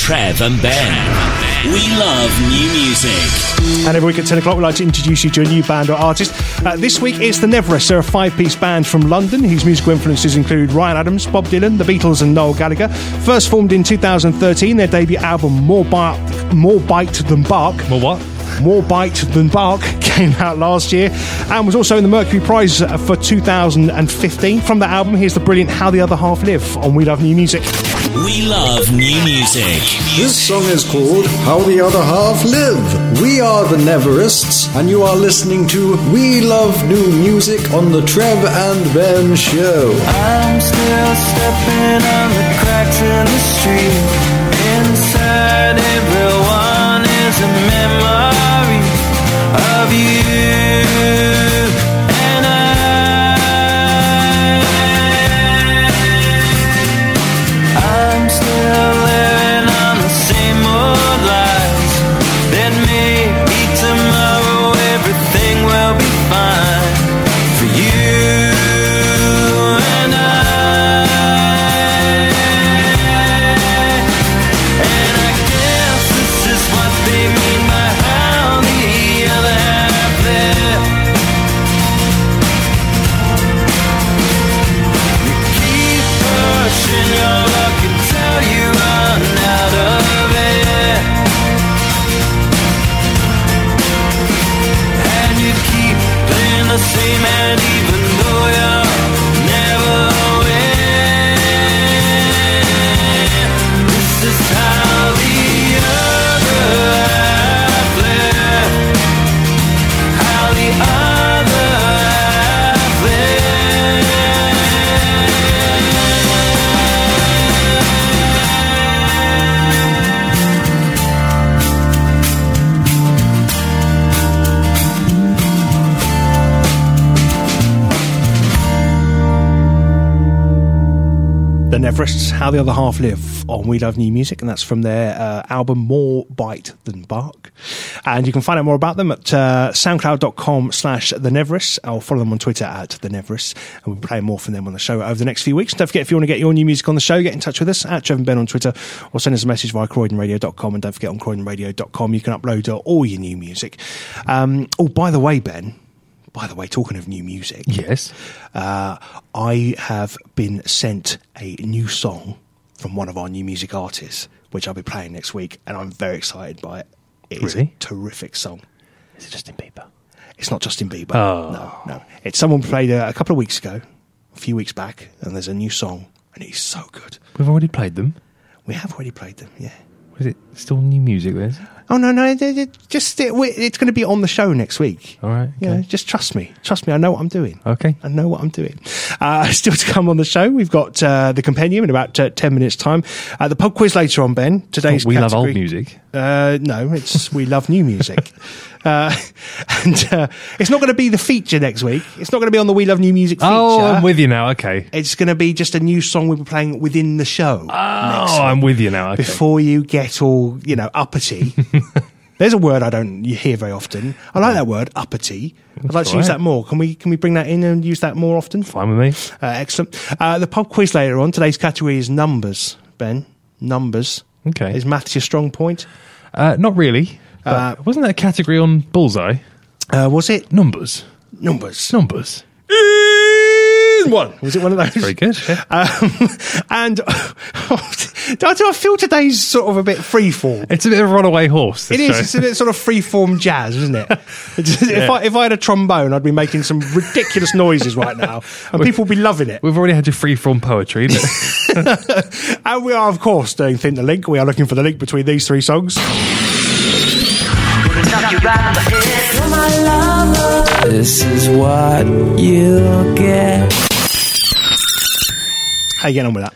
[SPEAKER 4] Trev and Ben. We love new music.
[SPEAKER 3] And every week at 10 o'clock, we'd like to introduce you to a new band or artist. Uh, this week it's The Neverists. They're a five piece band from London whose musical influences include Ryan Adams, Bob Dylan, The Beatles, and Noel Gallagher. First formed in 2013, their debut album, More, Bark, More Bite Than Bark.
[SPEAKER 5] Well, what?
[SPEAKER 3] More Bite Than Bark came out last year and was also in the Mercury Prize for 2015. From that album, here's the brilliant How the Other Half Live on We Love New Music.
[SPEAKER 4] We love new music.
[SPEAKER 11] This song is called How the Other Half Live. We are the Neverists, and you are listening to We Love New Music on the Trev and Ben Show.
[SPEAKER 8] I'm still stepping on the cracks in the street. Inside everyone is a memory of you and I. I'm still living on the same old lies that maybe tomorrow everything will be fine for you and I. And I guess this is what they mean by how the other half live. You keep pushing your luck until you run out of it. And you keep playing the same hand even though you'll never win. This is how the other half live. How the other half live.
[SPEAKER 3] The Neverists, How the Other Half Live on We Love New Music, and that's from their uh, album More Bite Than Bark. And you can find out more about them at uh, soundcloud.com slash The Neverists. I'll follow them on Twitter at The Neverists, and we'll be playing more from them on the show over the next few weeks. Don't forget, if you want to get your new music on the show, get in touch with us at Trevor and Ben on Twitter, or send us a message via croydonradio.com, and don't forget on croydonradio.com you can upload uh, all your new music. Um, oh, by the way, Ben, by the way, talking of new music.
[SPEAKER 5] Yes.
[SPEAKER 3] Uh, I have been sent a new song from one of our new music artists, which I'll be playing next week, and I'm very excited by it. It is
[SPEAKER 5] Really?
[SPEAKER 3] a terrific song.
[SPEAKER 5] Is it Justin Bieber?
[SPEAKER 3] It's not Justin Bieber.
[SPEAKER 5] Oh.
[SPEAKER 3] No, no. It's someone played a, a couple of weeks ago, a few weeks back, and there's a new song, and it's so good.
[SPEAKER 5] We've already played them.
[SPEAKER 3] We have already played them, yeah.
[SPEAKER 5] Was Is it still new music? Liz?
[SPEAKER 3] Oh no, no, it- it- just it, we- it's going to be on the show next week.
[SPEAKER 5] All right.
[SPEAKER 3] Yeah, just trust me. Trust me. I know what I'm doing.
[SPEAKER 5] Okay.
[SPEAKER 3] I know what I'm doing. Uh, still to come on the show, we've got uh, the compendium in about uh, ten minutes' time. Uh, the pub quiz later on, Ben. Today's
[SPEAKER 5] Oh, we love old
[SPEAKER 3] category-
[SPEAKER 5] music.
[SPEAKER 3] Uh, no, it's we love new music. Uh, and uh, it's not going to be the feature next week. It's not going to be on the We Love New Music feature.
[SPEAKER 5] Oh, I'm with you now. Okay.
[SPEAKER 3] It's going to be just a new song we'll be playing within the show.
[SPEAKER 5] Oh, I'm with you now. Okay.
[SPEAKER 3] Before you get all, you know, uppity. There's a word I don't hear very often. I like that word, uppity. I'd like to use
[SPEAKER 5] alright.
[SPEAKER 3] that more. Can we can we bring that in and use that more often?
[SPEAKER 5] Fine with me.
[SPEAKER 3] Uh, excellent. Uh, the pub quiz later on. Today's category is numbers, Ben. Numbers.
[SPEAKER 5] Okay.
[SPEAKER 3] Is maths your strong point?
[SPEAKER 5] Uh, not really.
[SPEAKER 3] Uh,
[SPEAKER 5] but wasn't that a category on Bullseye?
[SPEAKER 3] Uh, was it
[SPEAKER 5] Numbers.
[SPEAKER 3] numbers?
[SPEAKER 5] Numbers.
[SPEAKER 3] In one. Was it one of those?
[SPEAKER 5] Very good.
[SPEAKER 3] Um, and oh, do I do I feel today's sort of a bit freeform?
[SPEAKER 5] It's a bit of a runaway horse.
[SPEAKER 3] It
[SPEAKER 5] this
[SPEAKER 3] is.
[SPEAKER 5] show.
[SPEAKER 3] It's a bit sort of freeform jazz, isn't it? It's- if, I, if I had a trombone, I'd be making some ridiculous noises right now, and people would be loving it.
[SPEAKER 5] We've already had your free from poetry. but-
[SPEAKER 3] And we are, of course, doing Think the Link. We are looking for the link between these three songs.
[SPEAKER 8] This is what you get.
[SPEAKER 3] How you getting on with that?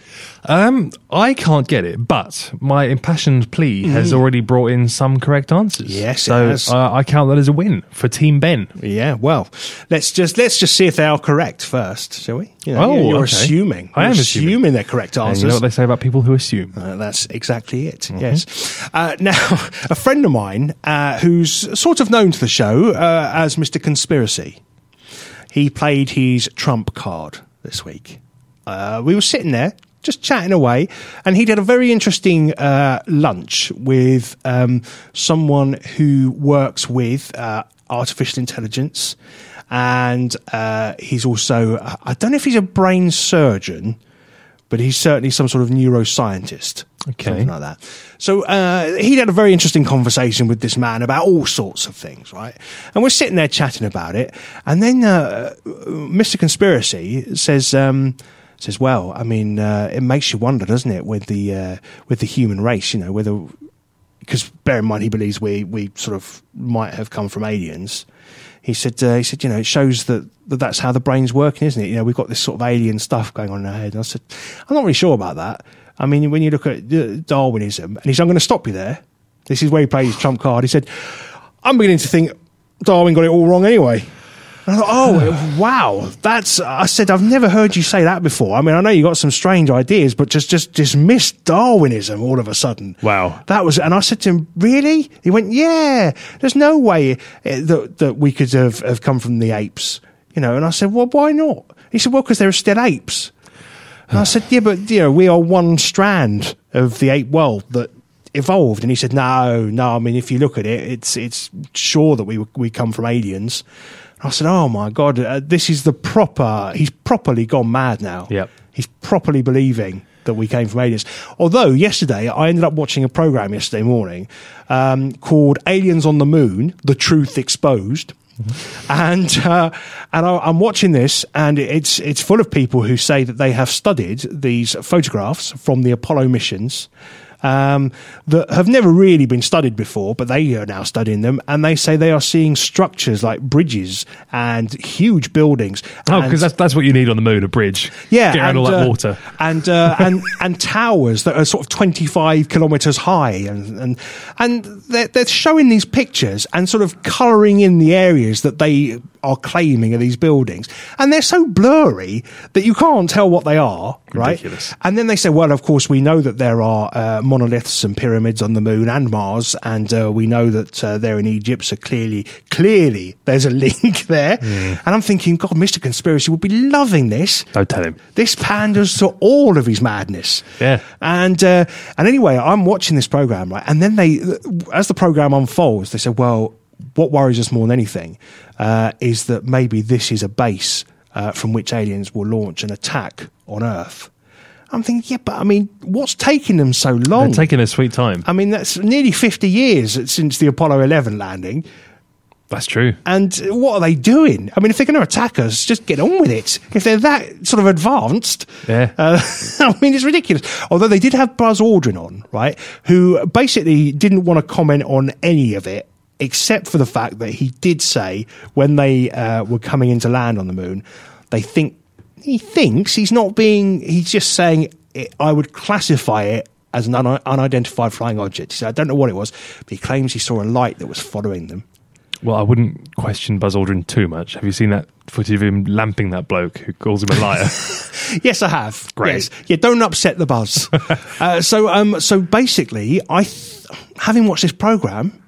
[SPEAKER 5] um, I can't get it, but my impassioned plea has already brought in some correct answers.
[SPEAKER 3] Yes, it
[SPEAKER 5] so
[SPEAKER 3] has.
[SPEAKER 5] Uh, I count that as a win for Team Ben.
[SPEAKER 3] Yeah, well, let's just let's just see if they are correct first, shall we? You
[SPEAKER 5] Oh,
[SPEAKER 3] you're, you're
[SPEAKER 5] okay.
[SPEAKER 3] assuming.
[SPEAKER 5] I am
[SPEAKER 3] You're
[SPEAKER 5] assuming.
[SPEAKER 3] they're correct
[SPEAKER 5] And
[SPEAKER 3] answers.
[SPEAKER 5] you know what they say about people who assume.
[SPEAKER 3] Uh, that's exactly it. Yes. Uh, now, a friend of mine uh, who's sort of known to the show uh, as Mr. Conspiracy, he played his trump card this week. Uh, we were sitting there just chatting away, and he did a very interesting uh, lunch with um, someone who works with uh, artificial intelligence, and uh, he's also uh, I don't know if he's a brain surgeon but he's certainly some sort of neuroscientist.
[SPEAKER 5] Okay.
[SPEAKER 3] Something like that. So uh, he had a very interesting conversation with this man about all sorts of things, right? And we're sitting there chatting about it. And then uh, Mr. Conspiracy says, um, says, well, I mean, uh, it makes you wonder, doesn't it, with the, uh, with the human race, you know, whether, because bear in mind he believes we, we sort of might have come from aliens. He said, uh, he said, you know, it shows that, that that's how the brain's working, isn't it? You know, we've got this sort of alien stuff going on in our head. And I said, I'm not really sure about that. I mean, when you look at uh, Darwinism, and he said, I'm going to stop you there. This is where he played his trump card. He said, I'm beginning to think Darwin got it all wrong anyway. And I thought, oh, wow. That's, I said, I've never heard you say that before. I mean, I know you got some strange ideas, but just, just dismiss Darwinism all of a sudden.
[SPEAKER 5] Wow.
[SPEAKER 3] That was, and I said to him, really? He went, yeah, there's no way uh, that, that we could have, have come from the apes, you know. And I said, well, why not? He said, well, because there are still apes. And I said, yeah, but, you know, we are one strand of the ape world that evolved. And he said, no, no, I mean, if you look at it, it's, it's sure that we, we come from aliens. And I said, oh my God, uh, this is the proper, he's properly gone mad now.
[SPEAKER 5] Yep.
[SPEAKER 3] He's properly believing that we came from aliens. Although yesterday I ended up watching a program yesterday morning um, called "Aliens on the Moon: The Truth Exposed."
[SPEAKER 5] Mm-hmm.
[SPEAKER 3] And uh, and I, I'm watching this, and it's it's full of people who say that they have studied these photographs from the Apollo missions um, that have never really been studied before, but they are now studying them, and they say they are seeing structures like bridges and huge buildings.
[SPEAKER 5] Oh,
[SPEAKER 3] and-
[SPEAKER 5] because that's, that's what you need on the moon, a bridge.
[SPEAKER 3] yeah,
[SPEAKER 5] Get around all that
[SPEAKER 3] uh,
[SPEAKER 5] water.
[SPEAKER 3] and uh, and and towers that are sort of twenty five kilometers high, and and and they're, they're showing these pictures and sort of colouring in the areas that they are claiming are these buildings, and they're so blurry that you can't tell what they are,
[SPEAKER 5] Ridiculous.
[SPEAKER 3] right? And then they say, well, of course, we know that there are uh, monoliths and pyramids on the moon and Mars, and uh, we know that uh, they're in Egypt. So clearly, clearly, there's a link there.
[SPEAKER 5] Mm.
[SPEAKER 3] And I'm thinking, God, Mister Conspiracy would be loving this
[SPEAKER 5] Don't tell him.
[SPEAKER 3] this panders to all of his madness.
[SPEAKER 5] Yeah.
[SPEAKER 3] And uh, and anyway, I'm watching this program, right? And then they, as the program unfolds, they said, "Well, what worries us more than anything uh, is that maybe this is a base uh, from which aliens will launch an attack on Earth." I'm thinking, yeah, but I mean, what's taking them so long?
[SPEAKER 5] They're taking a sweet time.
[SPEAKER 3] I mean, that's nearly 50 years since the Apollo 11 landing.
[SPEAKER 5] That's true.
[SPEAKER 12] And what are they doing? I mean, if they're going to attack us, just get on with it. If they're that sort of advanced,
[SPEAKER 5] yeah.
[SPEAKER 12] Uh, I mean, it's ridiculous. Although they did have Buzz Aldrin on, right? Who basically didn't want to comment on any of it except for the fact that he did say when they uh, were coming into land on the moon, they think he thinks he's not being. He's just saying it, I would classify it as an un- unidentified flying object. He said, I don't know what it was, but he claims he saw a light that was following them.
[SPEAKER 5] Well, I wouldn't question Buzz Aldrin too much. Have you seen that footage of him lamping that bloke who calls him a liar?
[SPEAKER 12] yes, I have.
[SPEAKER 5] Great.
[SPEAKER 12] Yes. Yeah, don't upset the buzz. uh, so, um, so basically, I, th- having watched this program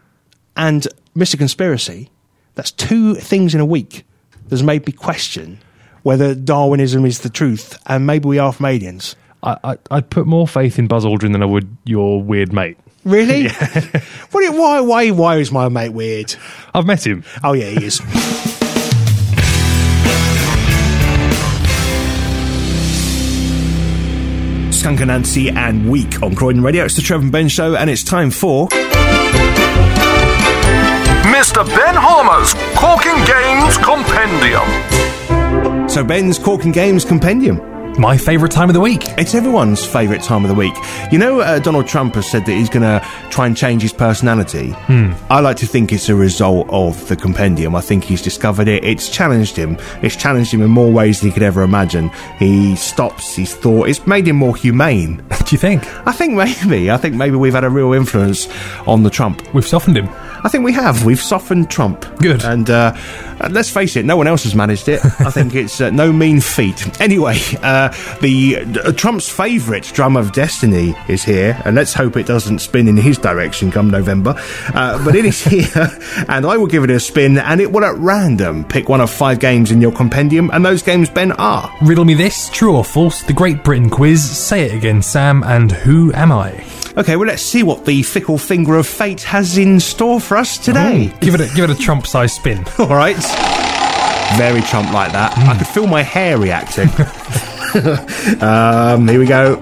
[SPEAKER 12] and Mr. Conspiracy, that's two things in a week that's made me question whether Darwinism is the truth and maybe we are from aliens.
[SPEAKER 5] I, I, I'd put more faith in Buzz Aldrin than I would your weird mate.
[SPEAKER 12] Really? what? do- Why? Why? Why is my mate weird?
[SPEAKER 5] I've met him.
[SPEAKER 12] Oh yeah, he is.
[SPEAKER 3] Skunk and Nancy and Week on Croydon Radio. It's the Trevor and Ben Show, and it's time for.
[SPEAKER 13] Mr. Ben Harmer's Corking Games Compendium.
[SPEAKER 3] So Ben's Cork and Games Compendium.
[SPEAKER 5] My favourite time of the week.
[SPEAKER 3] It's everyone's favourite time of the week. You know, uh, Donald Trump has said that he's going to try and change his personality.
[SPEAKER 5] Hmm.
[SPEAKER 3] I like to think it's a result of the compendium. I think he's discovered it. It's challenged him. It's challenged him in more ways than he could ever imagine. He stops his thought. It's made him more humane. Do
[SPEAKER 5] you think?
[SPEAKER 3] I think maybe. I think maybe we've had a real influence on the Trump.
[SPEAKER 5] We've softened him.
[SPEAKER 3] I think we have. We've softened Trump. Good. And uh, uh, let's face it, no one else has managed it. I think it's uh, no mean feat. Anyway, uh, the uh, Trump's favourite drum of destiny is here, and let's hope it doesn't spin in his direction come November. Uh, but it is here, and I will give it a spin, and it will at random pick one of five games in your compendium, and those games, Ben, are.
[SPEAKER 5] Riddle me this true or false, the Great Britain quiz. Say it again, Sam, and who am I?
[SPEAKER 3] Okay, well, let's see what the fickle finger of fate has in store for us today.
[SPEAKER 5] Give it a, give it a Trump size spin.
[SPEAKER 3] All right. Very Trump like that. I could feel my hair reacting. um, here we go.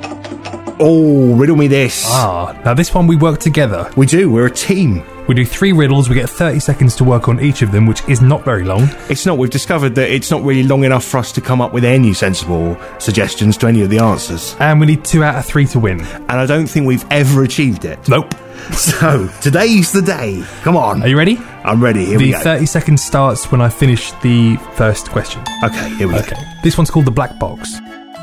[SPEAKER 3] Oh, riddle me this.
[SPEAKER 5] Ah, now this one we work together.
[SPEAKER 3] We do, we're a team.
[SPEAKER 5] We do three riddles, we get 30 seconds to work on each of them, which is not very long.
[SPEAKER 3] It's not, we've discovered that it's not really long enough for us to come up with any sensible suggestions to any of the answers.
[SPEAKER 5] And we need two out of three to win. And
[SPEAKER 3] I don't think we've ever achieved it.
[SPEAKER 5] Nope.
[SPEAKER 3] So, today's the day. Come on. Are
[SPEAKER 5] you ready?
[SPEAKER 3] I'm ready. Here we
[SPEAKER 5] the
[SPEAKER 3] go.
[SPEAKER 5] 30 seconds starts when I finish the first question.
[SPEAKER 3] Okay, here we go.
[SPEAKER 5] Okay. This one's called the black box.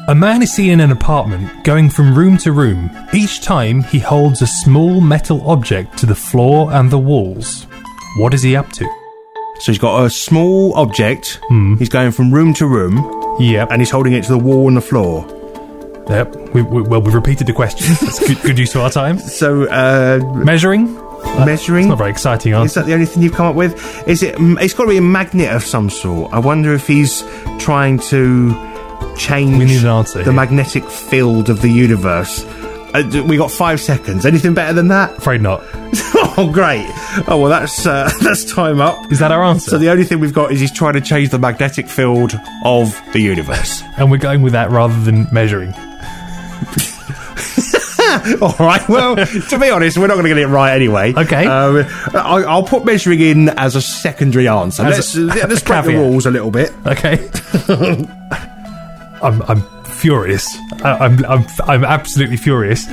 [SPEAKER 5] A man is seen in an apartment going from room to room. Each time he holds a small metal object to the floor and the walls. What is he up to?
[SPEAKER 3] So he's got a small object.
[SPEAKER 5] Hmm.
[SPEAKER 3] He's going from room to room.
[SPEAKER 5] Yep.
[SPEAKER 3] And he's holding it to the wall and the floor.
[SPEAKER 5] Yep. We, we, well, we've repeated the question. That's good, good use of our time.
[SPEAKER 3] So, uh,
[SPEAKER 5] measuring?
[SPEAKER 3] measuring?
[SPEAKER 5] It's not very exciting
[SPEAKER 3] Is
[SPEAKER 5] answer.
[SPEAKER 3] that the only thing you've come up with? Is it? mm, It's got to be a magnet of some sort. I wonder if he's trying to change
[SPEAKER 5] We need an answer
[SPEAKER 3] the
[SPEAKER 5] here.
[SPEAKER 3] magnetic field of the universe. Uh, d- we got five seconds. Anything better than that?
[SPEAKER 5] Afraid not.
[SPEAKER 3] oh, great. Oh well, that's uh, that's time up.
[SPEAKER 5] Is that our answer?
[SPEAKER 3] So the only thing we've got is he's trying to change the magnetic field of the universe.
[SPEAKER 5] And we're going with that rather than measuring.
[SPEAKER 3] All right. Well, to be honest, we're not going to get it right anyway.
[SPEAKER 5] Okay.
[SPEAKER 3] Um, I, I'll put measuring in as a secondary answer.
[SPEAKER 5] As
[SPEAKER 3] Let's,
[SPEAKER 5] a-
[SPEAKER 3] let's
[SPEAKER 5] a
[SPEAKER 3] break the
[SPEAKER 5] caveat.
[SPEAKER 3] rules a little bit.
[SPEAKER 5] Okay. I'm, I'm furious. I, I'm, I'm, I'm absolutely furious.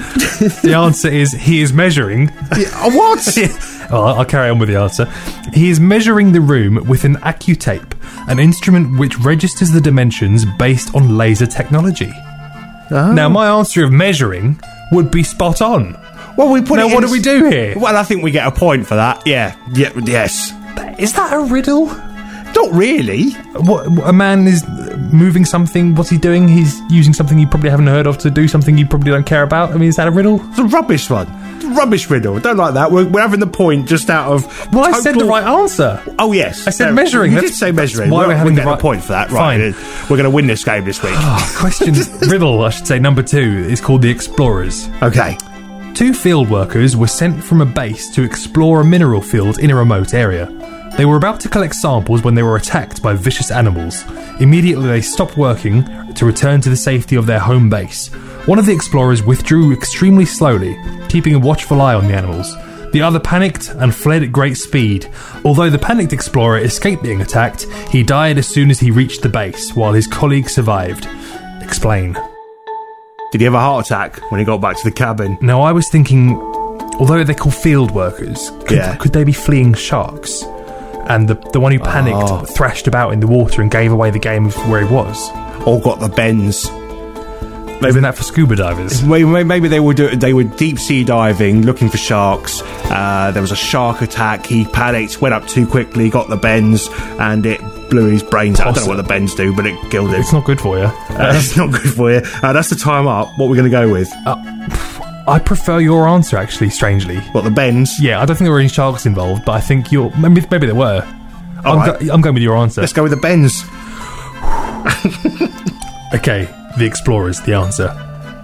[SPEAKER 5] the answer is he is measuring.
[SPEAKER 3] what?
[SPEAKER 5] well, I'll carry on with the answer. He is measuring the room with an Accutape, an instrument which registers the dimensions based on laser technology. Now, my answer of measuring would be spot on.
[SPEAKER 3] Well, we put
[SPEAKER 5] now,
[SPEAKER 3] it
[SPEAKER 5] what
[SPEAKER 3] in-
[SPEAKER 5] do we do here?
[SPEAKER 3] Well, I think we get a point for that. Yeah. Yeah. Yes.
[SPEAKER 5] Is that a riddle?
[SPEAKER 3] Not really.
[SPEAKER 5] What a man is moving something. What's he doing? He's using something you probably haven't heard of to do something you probably don't care about. I mean, is that a riddle?
[SPEAKER 3] It's a rubbish one. Rubbish riddle. Don't like that. We're, we're having the point just out of.
[SPEAKER 5] Well, I said the
[SPEAKER 3] total-
[SPEAKER 5] right answer.
[SPEAKER 3] Oh yes,
[SPEAKER 5] I said
[SPEAKER 3] There-
[SPEAKER 5] measuring.
[SPEAKER 3] You
[SPEAKER 5] That's-
[SPEAKER 3] did say
[SPEAKER 5] that's
[SPEAKER 3] measuring.
[SPEAKER 5] why
[SPEAKER 3] We're,
[SPEAKER 5] we're
[SPEAKER 3] we're
[SPEAKER 5] having the
[SPEAKER 3] getting
[SPEAKER 5] right-
[SPEAKER 3] a point for that. Right. We're going to win this game this week.
[SPEAKER 5] Ah, Question riddle, I should say, number two is called the Explorers.
[SPEAKER 3] Okay.
[SPEAKER 5] Two field workers were sent from a base to explore a mineral field in a remote area. They were about to collect samples when they were attacked by vicious animals. Immediately, they stopped working to return to the safety of their home base. One of the explorers withdrew extremely slowly, keeping a watchful eye on the animals. The other panicked and fled at great speed. Although the panicked explorer escaped being attacked, he died as soon as he reached the base, while his colleague survived. Explain.
[SPEAKER 3] Did he have a heart attack when he got back to the cabin?
[SPEAKER 5] Now, I was thinking, although they're called field workers, could,
[SPEAKER 3] Yeah.
[SPEAKER 5] could they be fleeing sharks? And the, the one who panicked thrashed about in the water and gave away the game of where he was.
[SPEAKER 3] Or got the bends.
[SPEAKER 5] Maybe that for scuba divers.
[SPEAKER 3] Maybe, maybe they were do, they were deep sea diving, looking for sharks. Uh, there was a shark attack. He panicked, went up too quickly, got the bends, and it blew his brains out. I don't know what the bends do, but it killed him.
[SPEAKER 5] It's not good for you.
[SPEAKER 3] Uh, it's not good for you. Uh, that's the time up. What we're going to go with?
[SPEAKER 5] Uh, I prefer your answer, actually, strangely.
[SPEAKER 3] What, the bends?
[SPEAKER 5] Yeah, I don't think there were any sharks involved, but I think you're. Maybe, maybe there were. I'm,
[SPEAKER 3] Alright.
[SPEAKER 5] go- I'm going with your answer.
[SPEAKER 3] Let's go with the bends.
[SPEAKER 5] Okay, the explorers, the answer.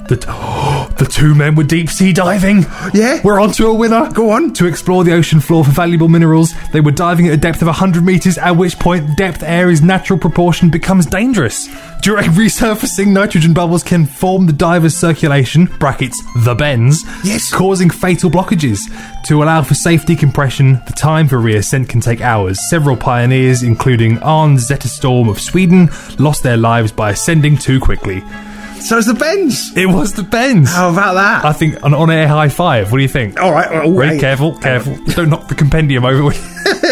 [SPEAKER 5] The, the two men were deep sea diving.
[SPEAKER 3] Yeah.
[SPEAKER 5] We're on to a winner.
[SPEAKER 3] Go on.
[SPEAKER 5] To explore the ocean floor for valuable minerals, they were diving at a depth of 100 metres, at which point depth are's natural proportion becomes dangerous. During resurfacing, nitrogen bubbles can form the diver's circulation, brackets, the bends, yes. causing fatal blockages. To allow for safe decompression, the time for reascent can take hours. Several pioneers, including Arn Zetterstorm of Sweden, lost their lives by ascending too quickly.
[SPEAKER 3] So it's the bends.
[SPEAKER 5] It was the bends.
[SPEAKER 3] How about that?
[SPEAKER 5] I think an on-air high five. What do you think?
[SPEAKER 3] All right, all
[SPEAKER 5] Ready?
[SPEAKER 3] right.
[SPEAKER 5] Uh, Careful, careful. Don't knock the compendium over.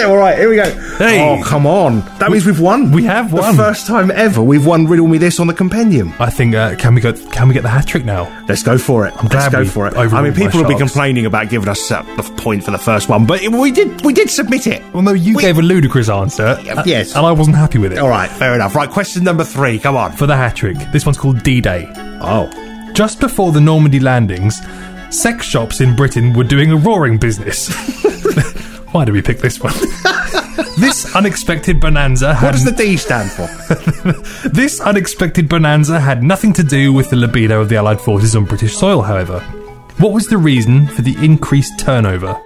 [SPEAKER 3] All right, here we go.
[SPEAKER 5] Hey.
[SPEAKER 3] Oh, come on. That means we've won.
[SPEAKER 5] We have won.
[SPEAKER 3] The first time ever we've won Riddle Me This on the compendium.
[SPEAKER 5] I think uh, can we go? Can we get the hat trick now?
[SPEAKER 3] Let's go for it.
[SPEAKER 5] I'm
[SPEAKER 3] Let's
[SPEAKER 5] glad
[SPEAKER 3] go
[SPEAKER 5] we
[SPEAKER 3] for it. I
[SPEAKER 5] overruled
[SPEAKER 3] mean,
[SPEAKER 5] my
[SPEAKER 3] people will be
[SPEAKER 5] sharks.
[SPEAKER 3] complaining about giving us uh, the point for the first one, but we did we did submit it.
[SPEAKER 5] Well, no, you gave a ludicrous answer. uh,
[SPEAKER 3] yes.
[SPEAKER 5] and I wasn't happy with it.
[SPEAKER 3] All right, fair enough. Right, question number three. Come on.
[SPEAKER 5] For the hat trick, this one's called D-Day.
[SPEAKER 3] Oh,
[SPEAKER 5] Just before the Normandy landings, sex shops in Britain were doing a roaring business. Why did we pick this one? this unexpected bonanza
[SPEAKER 3] what
[SPEAKER 5] had
[SPEAKER 3] does the D stand for?
[SPEAKER 5] This unexpected bonanza had nothing to do with the libido of the Allied forces on British soil, however. What was the reason for the increased turnover?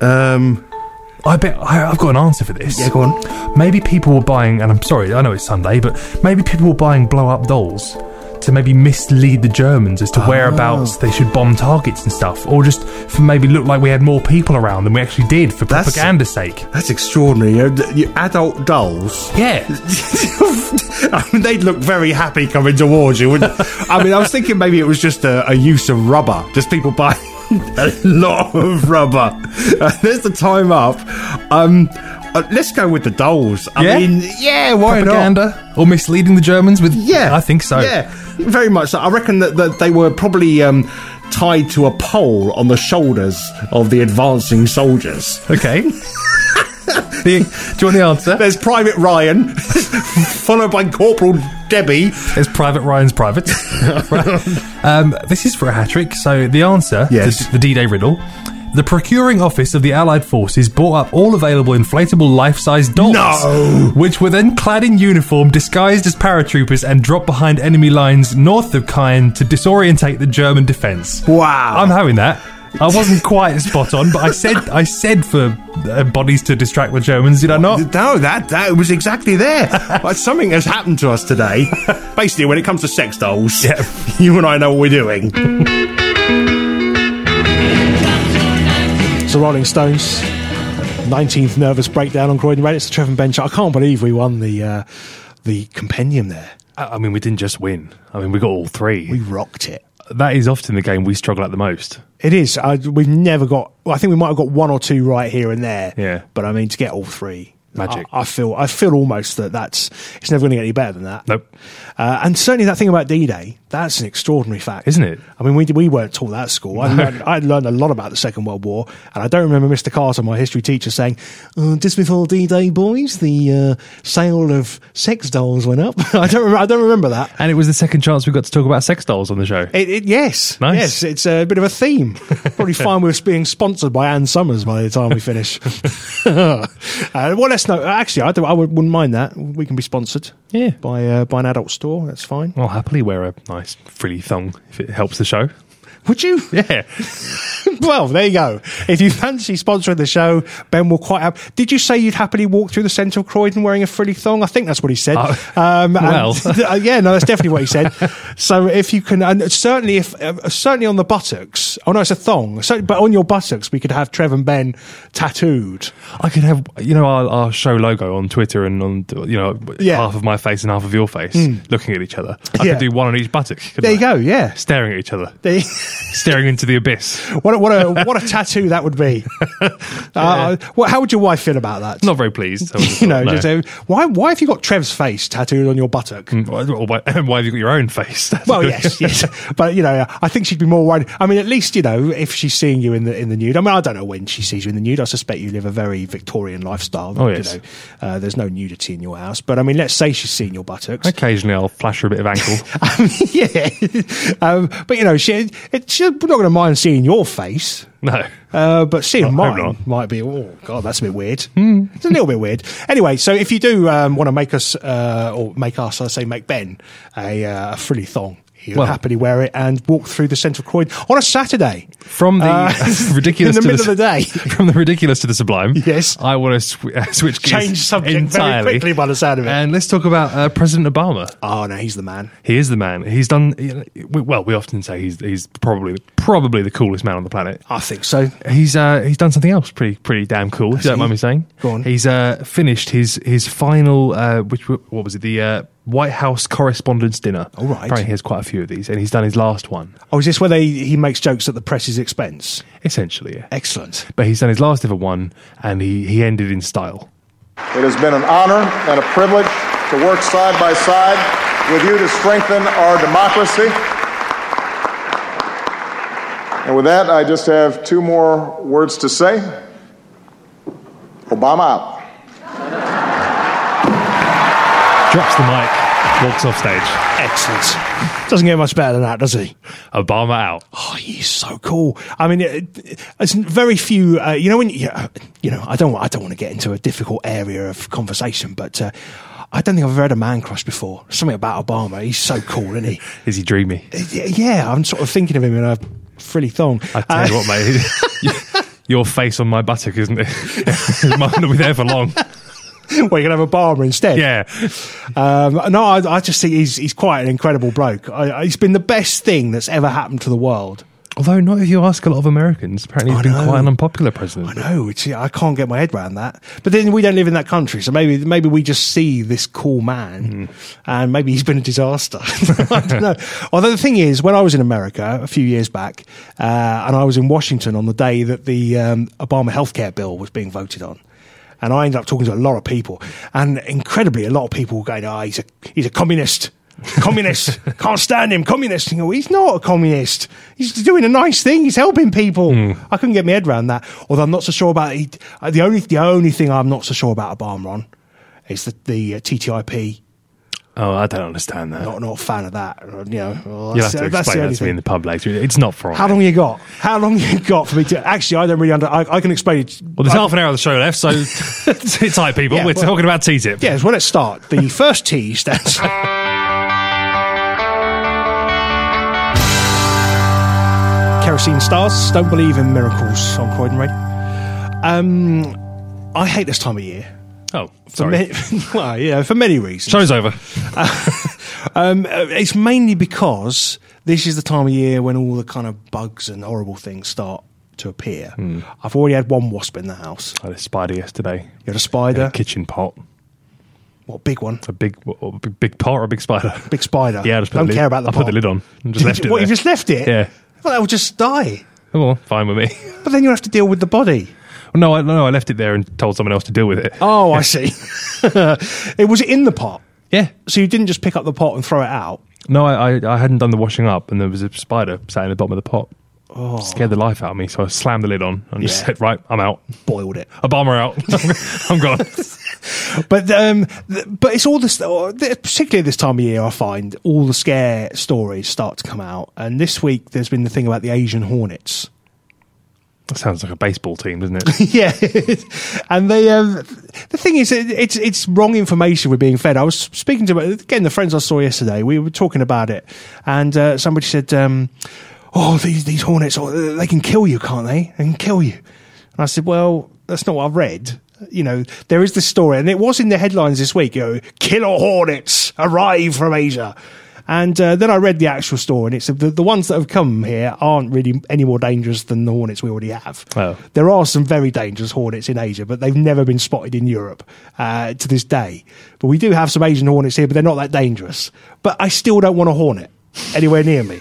[SPEAKER 3] Um,
[SPEAKER 5] I bet I, I've got an answer for this.
[SPEAKER 3] yeah, go on.
[SPEAKER 5] Maybe people were buying, and I'm sorry, I know it's Sunday, but maybe people were buying blow up dolls to maybe mislead the Germans as to whereabouts they should bomb targets and stuff, or just for maybe look like we had more people around than we actually did for
[SPEAKER 3] That's-
[SPEAKER 5] propaganda's sake.
[SPEAKER 3] That's extraordinary. You, know, you adult dolls.
[SPEAKER 5] Yeah.
[SPEAKER 3] I mean, they'd look very happy coming towards you. Wouldn't I mean, I was thinking maybe it was just a, a use of rubber, just people buying a lot of rubber. Uh, there's the time up. Um, uh, let's go with the dolls. I
[SPEAKER 5] Yeah?
[SPEAKER 3] mean, yeah, why not?
[SPEAKER 5] Propaganda? Or misleading the Germans with.
[SPEAKER 3] Yeah,
[SPEAKER 5] I think so.
[SPEAKER 3] Yeah, very much. So. I reckon that, that they were probably um, tied to a pole on the shoulders of the advancing soldiers.
[SPEAKER 5] Okay. The- do you want the answer?
[SPEAKER 3] There's Private Ryan, followed by Corporal Debbie.
[SPEAKER 5] It's Private Ryan's private. Right. um, this is for a hat trick. So the answer,
[SPEAKER 3] Yes.
[SPEAKER 5] to the D-Day riddle. The procuring office of the Allied forces bought up all available inflatable life-size dolls,
[SPEAKER 3] No!
[SPEAKER 5] which were then clad in uniform, disguised as paratroopers, and dropped behind enemy lines north of Caen to disorientate the German defence.
[SPEAKER 3] Wow.
[SPEAKER 5] I'm having that. I wasn't quite spot on, but I said I said for uh, bodies to distract the Germans. Did I not?
[SPEAKER 3] No, that that was exactly there. like something has happened to us today. Basically, when it comes to sex dolls,
[SPEAKER 5] Yeah.
[SPEAKER 3] you and I know what we're doing.
[SPEAKER 13] It's the Rolling Stones. 19th nervous breakdown on Croydon Radio. It's the Trevor Bench. I can't believe we won the uh, the compendium there.
[SPEAKER 5] I I mean, we didn't just win. I mean, we got all three.
[SPEAKER 13] We rocked it.
[SPEAKER 5] that is often the game we struggle at the most.
[SPEAKER 13] It is. I, we've never got. Well, I think we might have got one or two right here and there.
[SPEAKER 5] Yeah.
[SPEAKER 13] But I mean, to get all three,
[SPEAKER 5] Magic.
[SPEAKER 13] I, I feel. I feel almost that that's. It's never going to get any better than that.
[SPEAKER 5] Nope.
[SPEAKER 13] Uh, and certainly that thing about D Day. That's an extraordinary fact,
[SPEAKER 5] Isn't it?
[SPEAKER 13] I mean, we we weren't taught that at school. I learned, I learned a lot about the Second World War, and I don't remember Mr. Carter, my history teacher, saying, uh, "Just before D Day, boys, the uh, sale of sex dolls went up." I don't. Remember, I don't remember that.
[SPEAKER 5] Uh, And it was the second chance we got to talk about sex dolls on the show.
[SPEAKER 13] It, it, yes,
[SPEAKER 5] Nice.
[SPEAKER 13] yes, it's a bit of a theme. Probably fine with us being sponsored by Anne Summers by the time we finish. uh, well, let's know. Actually, I, don't, I would- wouldn't mind that. We can be sponsored,
[SPEAKER 5] Yeah.
[SPEAKER 13] by uh, by an adult store. That's fine.
[SPEAKER 5] I'll happily wear a nice frilly thong if it helps the show.
[SPEAKER 3] Would you?
[SPEAKER 5] Yeah.
[SPEAKER 3] well, there you go. If you fancy sponsoring the show, Ben will quite. Hap- Did you say you'd happily walk through the centre of Croydon wearing a frilly thong? I think that's what he said.
[SPEAKER 5] Oh,
[SPEAKER 3] um, and-
[SPEAKER 5] well.
[SPEAKER 3] uh, yeah, no, that's definitely what he said. so if you can, and certainly if uh, certainly on the buttocks. Oh no, it's a thong. So, but on your buttocks, we could have Trev and Ben tattooed.
[SPEAKER 5] I could have, you know, our, our show logo on Twitter and on, you know,
[SPEAKER 3] Yeah.
[SPEAKER 5] half of my face and half of your face
[SPEAKER 3] Mm.
[SPEAKER 5] looking at each other. I
[SPEAKER 3] Yeah.
[SPEAKER 5] could do one on each buttock. couldn't
[SPEAKER 3] There you go.
[SPEAKER 5] I?
[SPEAKER 3] Yeah.
[SPEAKER 5] Staring at each other,
[SPEAKER 3] There you-
[SPEAKER 5] staring into the abyss.
[SPEAKER 3] What a, what a what a tattoo that would be. Uh, what, how would your wife feel about that?
[SPEAKER 5] Not very pleased. I would've
[SPEAKER 3] you know,
[SPEAKER 5] thought, no.
[SPEAKER 3] just, uh, why why have you got Trev's face tattooed on your buttock?
[SPEAKER 5] Mm, well, why, why have you got your own face?
[SPEAKER 3] Well, yes, yes, but you know, I think she'd be more worried. I mean, at least you know if she's seeing you in the in the nude. I mean, I don't know when she sees you in the nude. I suspect you live a very Victorian lifestyle.
[SPEAKER 5] Oh,
[SPEAKER 3] you
[SPEAKER 5] yes.
[SPEAKER 3] know, uh, there's no nudity in your house, but I mean, let's say she's seen your buttocks.
[SPEAKER 5] Occasionally, I'll flash her a bit of ankle.
[SPEAKER 3] yeah, um, but you know, she it, she's not going to mind seeing your face.
[SPEAKER 5] No.
[SPEAKER 3] Uh, but seeing
[SPEAKER 5] Well, I hope
[SPEAKER 3] mine
[SPEAKER 5] not. Hmm.
[SPEAKER 3] might be, oh, God, that's a bit weird. It's a little bit weird. Anyway, so if you do um, want to make us, uh, or make us, I say make Ben, a, uh, a frilly thong, he'll
[SPEAKER 5] Well-
[SPEAKER 3] happily wear it and walk through the central Croydon on a Saturday.
[SPEAKER 5] From the
[SPEAKER 3] Uh,
[SPEAKER 5] ridiculous
[SPEAKER 3] in the
[SPEAKER 5] to
[SPEAKER 3] middle of the day.
[SPEAKER 5] from the ridiculous to the sublime. Yes, I want to sw- uh, switch gears
[SPEAKER 3] Change subject very
[SPEAKER 5] entirely.
[SPEAKER 3] quickly by the sound of it.
[SPEAKER 5] And let's talk about uh, President Obama.
[SPEAKER 3] Oh no, he's the man.
[SPEAKER 5] He is the man. He's done he- we- well. We often say he's he's probably probably the coolest man on the planet.
[SPEAKER 3] I think so.
[SPEAKER 5] He's uh, he's done something else pretty pretty damn cool. If you
[SPEAKER 3] he?
[SPEAKER 5] don't mind me saying.
[SPEAKER 3] Go on.
[SPEAKER 5] He's uh, finished his his final uh, which w- what was it the uh, White House Correspondents' Dinner. All
[SPEAKER 3] right.
[SPEAKER 5] Apparently, he has quite a few of these, and he's done his last one
[SPEAKER 3] Oh, is this where they, he makes jokes at the press's expense?
[SPEAKER 5] essentially. Yeah.
[SPEAKER 3] Excellent.
[SPEAKER 5] But he's done his last ever one, and he he ended in style.
[SPEAKER 13] It has been an honor and a privilege to work side by side with you to strengthen our democracy. And with that, I just have two more words to say Obama out.
[SPEAKER 5] Drops the mic, walks off stage.
[SPEAKER 3] Excellent. Doesn't get much better than that, does he?
[SPEAKER 5] Obama out.
[SPEAKER 3] Oh, he's so cool. I mean, it, it- it's very few. Uh, you know, when you, you know, I don't, I don't want to get into a difficult area of conversation, but uh, I don't think I've ever had a man crush before. Something about Obama. He's so cool, isn't he?
[SPEAKER 5] Is he dreamy?
[SPEAKER 3] Y- Yeah, I'm sort of thinking of him in a frilly thong.
[SPEAKER 5] I tell you
[SPEAKER 3] Uh,
[SPEAKER 5] what, mate. y- Your face on my buttock, isn't it? it might not be there for long.
[SPEAKER 3] well, you can have a barber instead.
[SPEAKER 5] Yeah.
[SPEAKER 3] Um, no, I, I just think he's he's quite an incredible bloke. I, I- he's been the best thing that's ever happened to the world.
[SPEAKER 5] Although, not if you ask a lot of Americans. Apparently, he's
[SPEAKER 3] I
[SPEAKER 5] been
[SPEAKER 3] know.
[SPEAKER 5] quite an unpopular president.
[SPEAKER 3] I know. It's, I can't get my head around that. But then we don't live in that country, so maybe maybe we just see this cool man, and maybe he's been a disaster. I don't know. Although the thing is, when I was in America a few years back, uh, and I was in Washington on the day that the um, Obama healthcare bill was being voted on. And I ended up talking to a lot of people, and incredibly, a lot of people were going, "Ah, he's a he's a communist, communist, can't stand him, communist." And you go, he's not a communist. He's doing a nice thing. He's helping people.
[SPEAKER 5] Hmm.
[SPEAKER 3] I couldn't get my head around that. Although I'm not so sure about he, uh, the only the only thing I'm not so sure about Obama on is the the uh, TTIP.
[SPEAKER 5] Oh, I don't understand that.
[SPEAKER 3] Not not a fan of that. uh, You know, well,
[SPEAKER 5] You'll
[SPEAKER 3] that's-
[SPEAKER 5] have to
[SPEAKER 3] uh, that's the
[SPEAKER 5] explain that
[SPEAKER 3] only
[SPEAKER 5] to me
[SPEAKER 3] thing.
[SPEAKER 5] in the pub later. It's not for
[SPEAKER 3] How long you got? How long you got for me to? Actually, I don't really under. I, I can explain it.
[SPEAKER 5] Well, there's
[SPEAKER 3] I-
[SPEAKER 5] half an hour of the show left, so it's tight, people.
[SPEAKER 3] Yeah,
[SPEAKER 5] We're
[SPEAKER 3] well-
[SPEAKER 5] talking about TTIP.
[SPEAKER 3] Yes, well, let's start. The first T stands. Kerosene stars. Don't believe in miracles on Croydon Radio. Um, I hate this time of year.
[SPEAKER 5] Oh,
[SPEAKER 3] For
[SPEAKER 5] sorry.
[SPEAKER 3] ma- well, yeah, for many reasons.
[SPEAKER 5] Show's over.
[SPEAKER 3] Um, uh, it's mainly because this is the time of year when all the kind of bugs and horrible things start to appear. I've already had one wasp in the house.
[SPEAKER 5] I had a spider yesterday.
[SPEAKER 3] You had a spider?
[SPEAKER 5] In a kitchen pot.
[SPEAKER 3] What a big one?
[SPEAKER 5] A big, what- what- big, big pot or a big spider?
[SPEAKER 3] Big spider.
[SPEAKER 5] Yeah, I just put
[SPEAKER 3] don't
[SPEAKER 5] the lid-
[SPEAKER 3] care about the.
[SPEAKER 5] I put the
[SPEAKER 3] pot.
[SPEAKER 5] lid on and just
[SPEAKER 3] Did
[SPEAKER 5] left
[SPEAKER 3] you-
[SPEAKER 5] it
[SPEAKER 3] What you
[SPEAKER 5] there.
[SPEAKER 3] just left it?
[SPEAKER 5] Yeah.
[SPEAKER 3] Well, that will just die.
[SPEAKER 5] Come on, Oh, fine with me.
[SPEAKER 3] But then you have to deal with the body.
[SPEAKER 5] Well, no, I, no, I left it there and told someone else to deal with it.
[SPEAKER 3] Oh, I see. it was in the pot.
[SPEAKER 5] Yeah.
[SPEAKER 3] So you didn't just pick up the pot and throw it out.
[SPEAKER 5] No, I, I, I hadn't done the washing up, and there was a spider sat in the bottom of the pot.
[SPEAKER 3] Oh.
[SPEAKER 5] Scared the life out of me, so I slammed the lid on and just
[SPEAKER 3] Yeah.
[SPEAKER 5] said, "Right, I'm out.
[SPEAKER 3] Boiled it.
[SPEAKER 5] A bomber out. I'm gone."
[SPEAKER 3] But um, th- but it's all this, or th- particularly this time of year, I find all the scare stories start to come out. And this week, there's been the thing about the Asian hornets.
[SPEAKER 5] that sounds like a baseball team, doesn't it?
[SPEAKER 3] yeah, and they. Um, the thing is, it, it's it's wrong information we're being fed. I was speaking to again the friends I saw yesterday. We were talking about it, and uh, somebody said, um, oh, these, these hornets, oh, they can kill you, can't they? They can kill you. And I said, well, that's not what I've read. You know, there is this story, and it was in the headlines this week, you know, killer hornets arrive from Asia. And uh, then I read the actual story, and it's the, the ones that have come here aren't really any more dangerous than the hornets we already have.
[SPEAKER 5] Oh.
[SPEAKER 3] There are some very dangerous hornets in Asia, but they've never been spotted in Europe uh, to this day. But we do have some Asian hornets here, but they're not that dangerous. But I still don't want a hornet anywhere near me.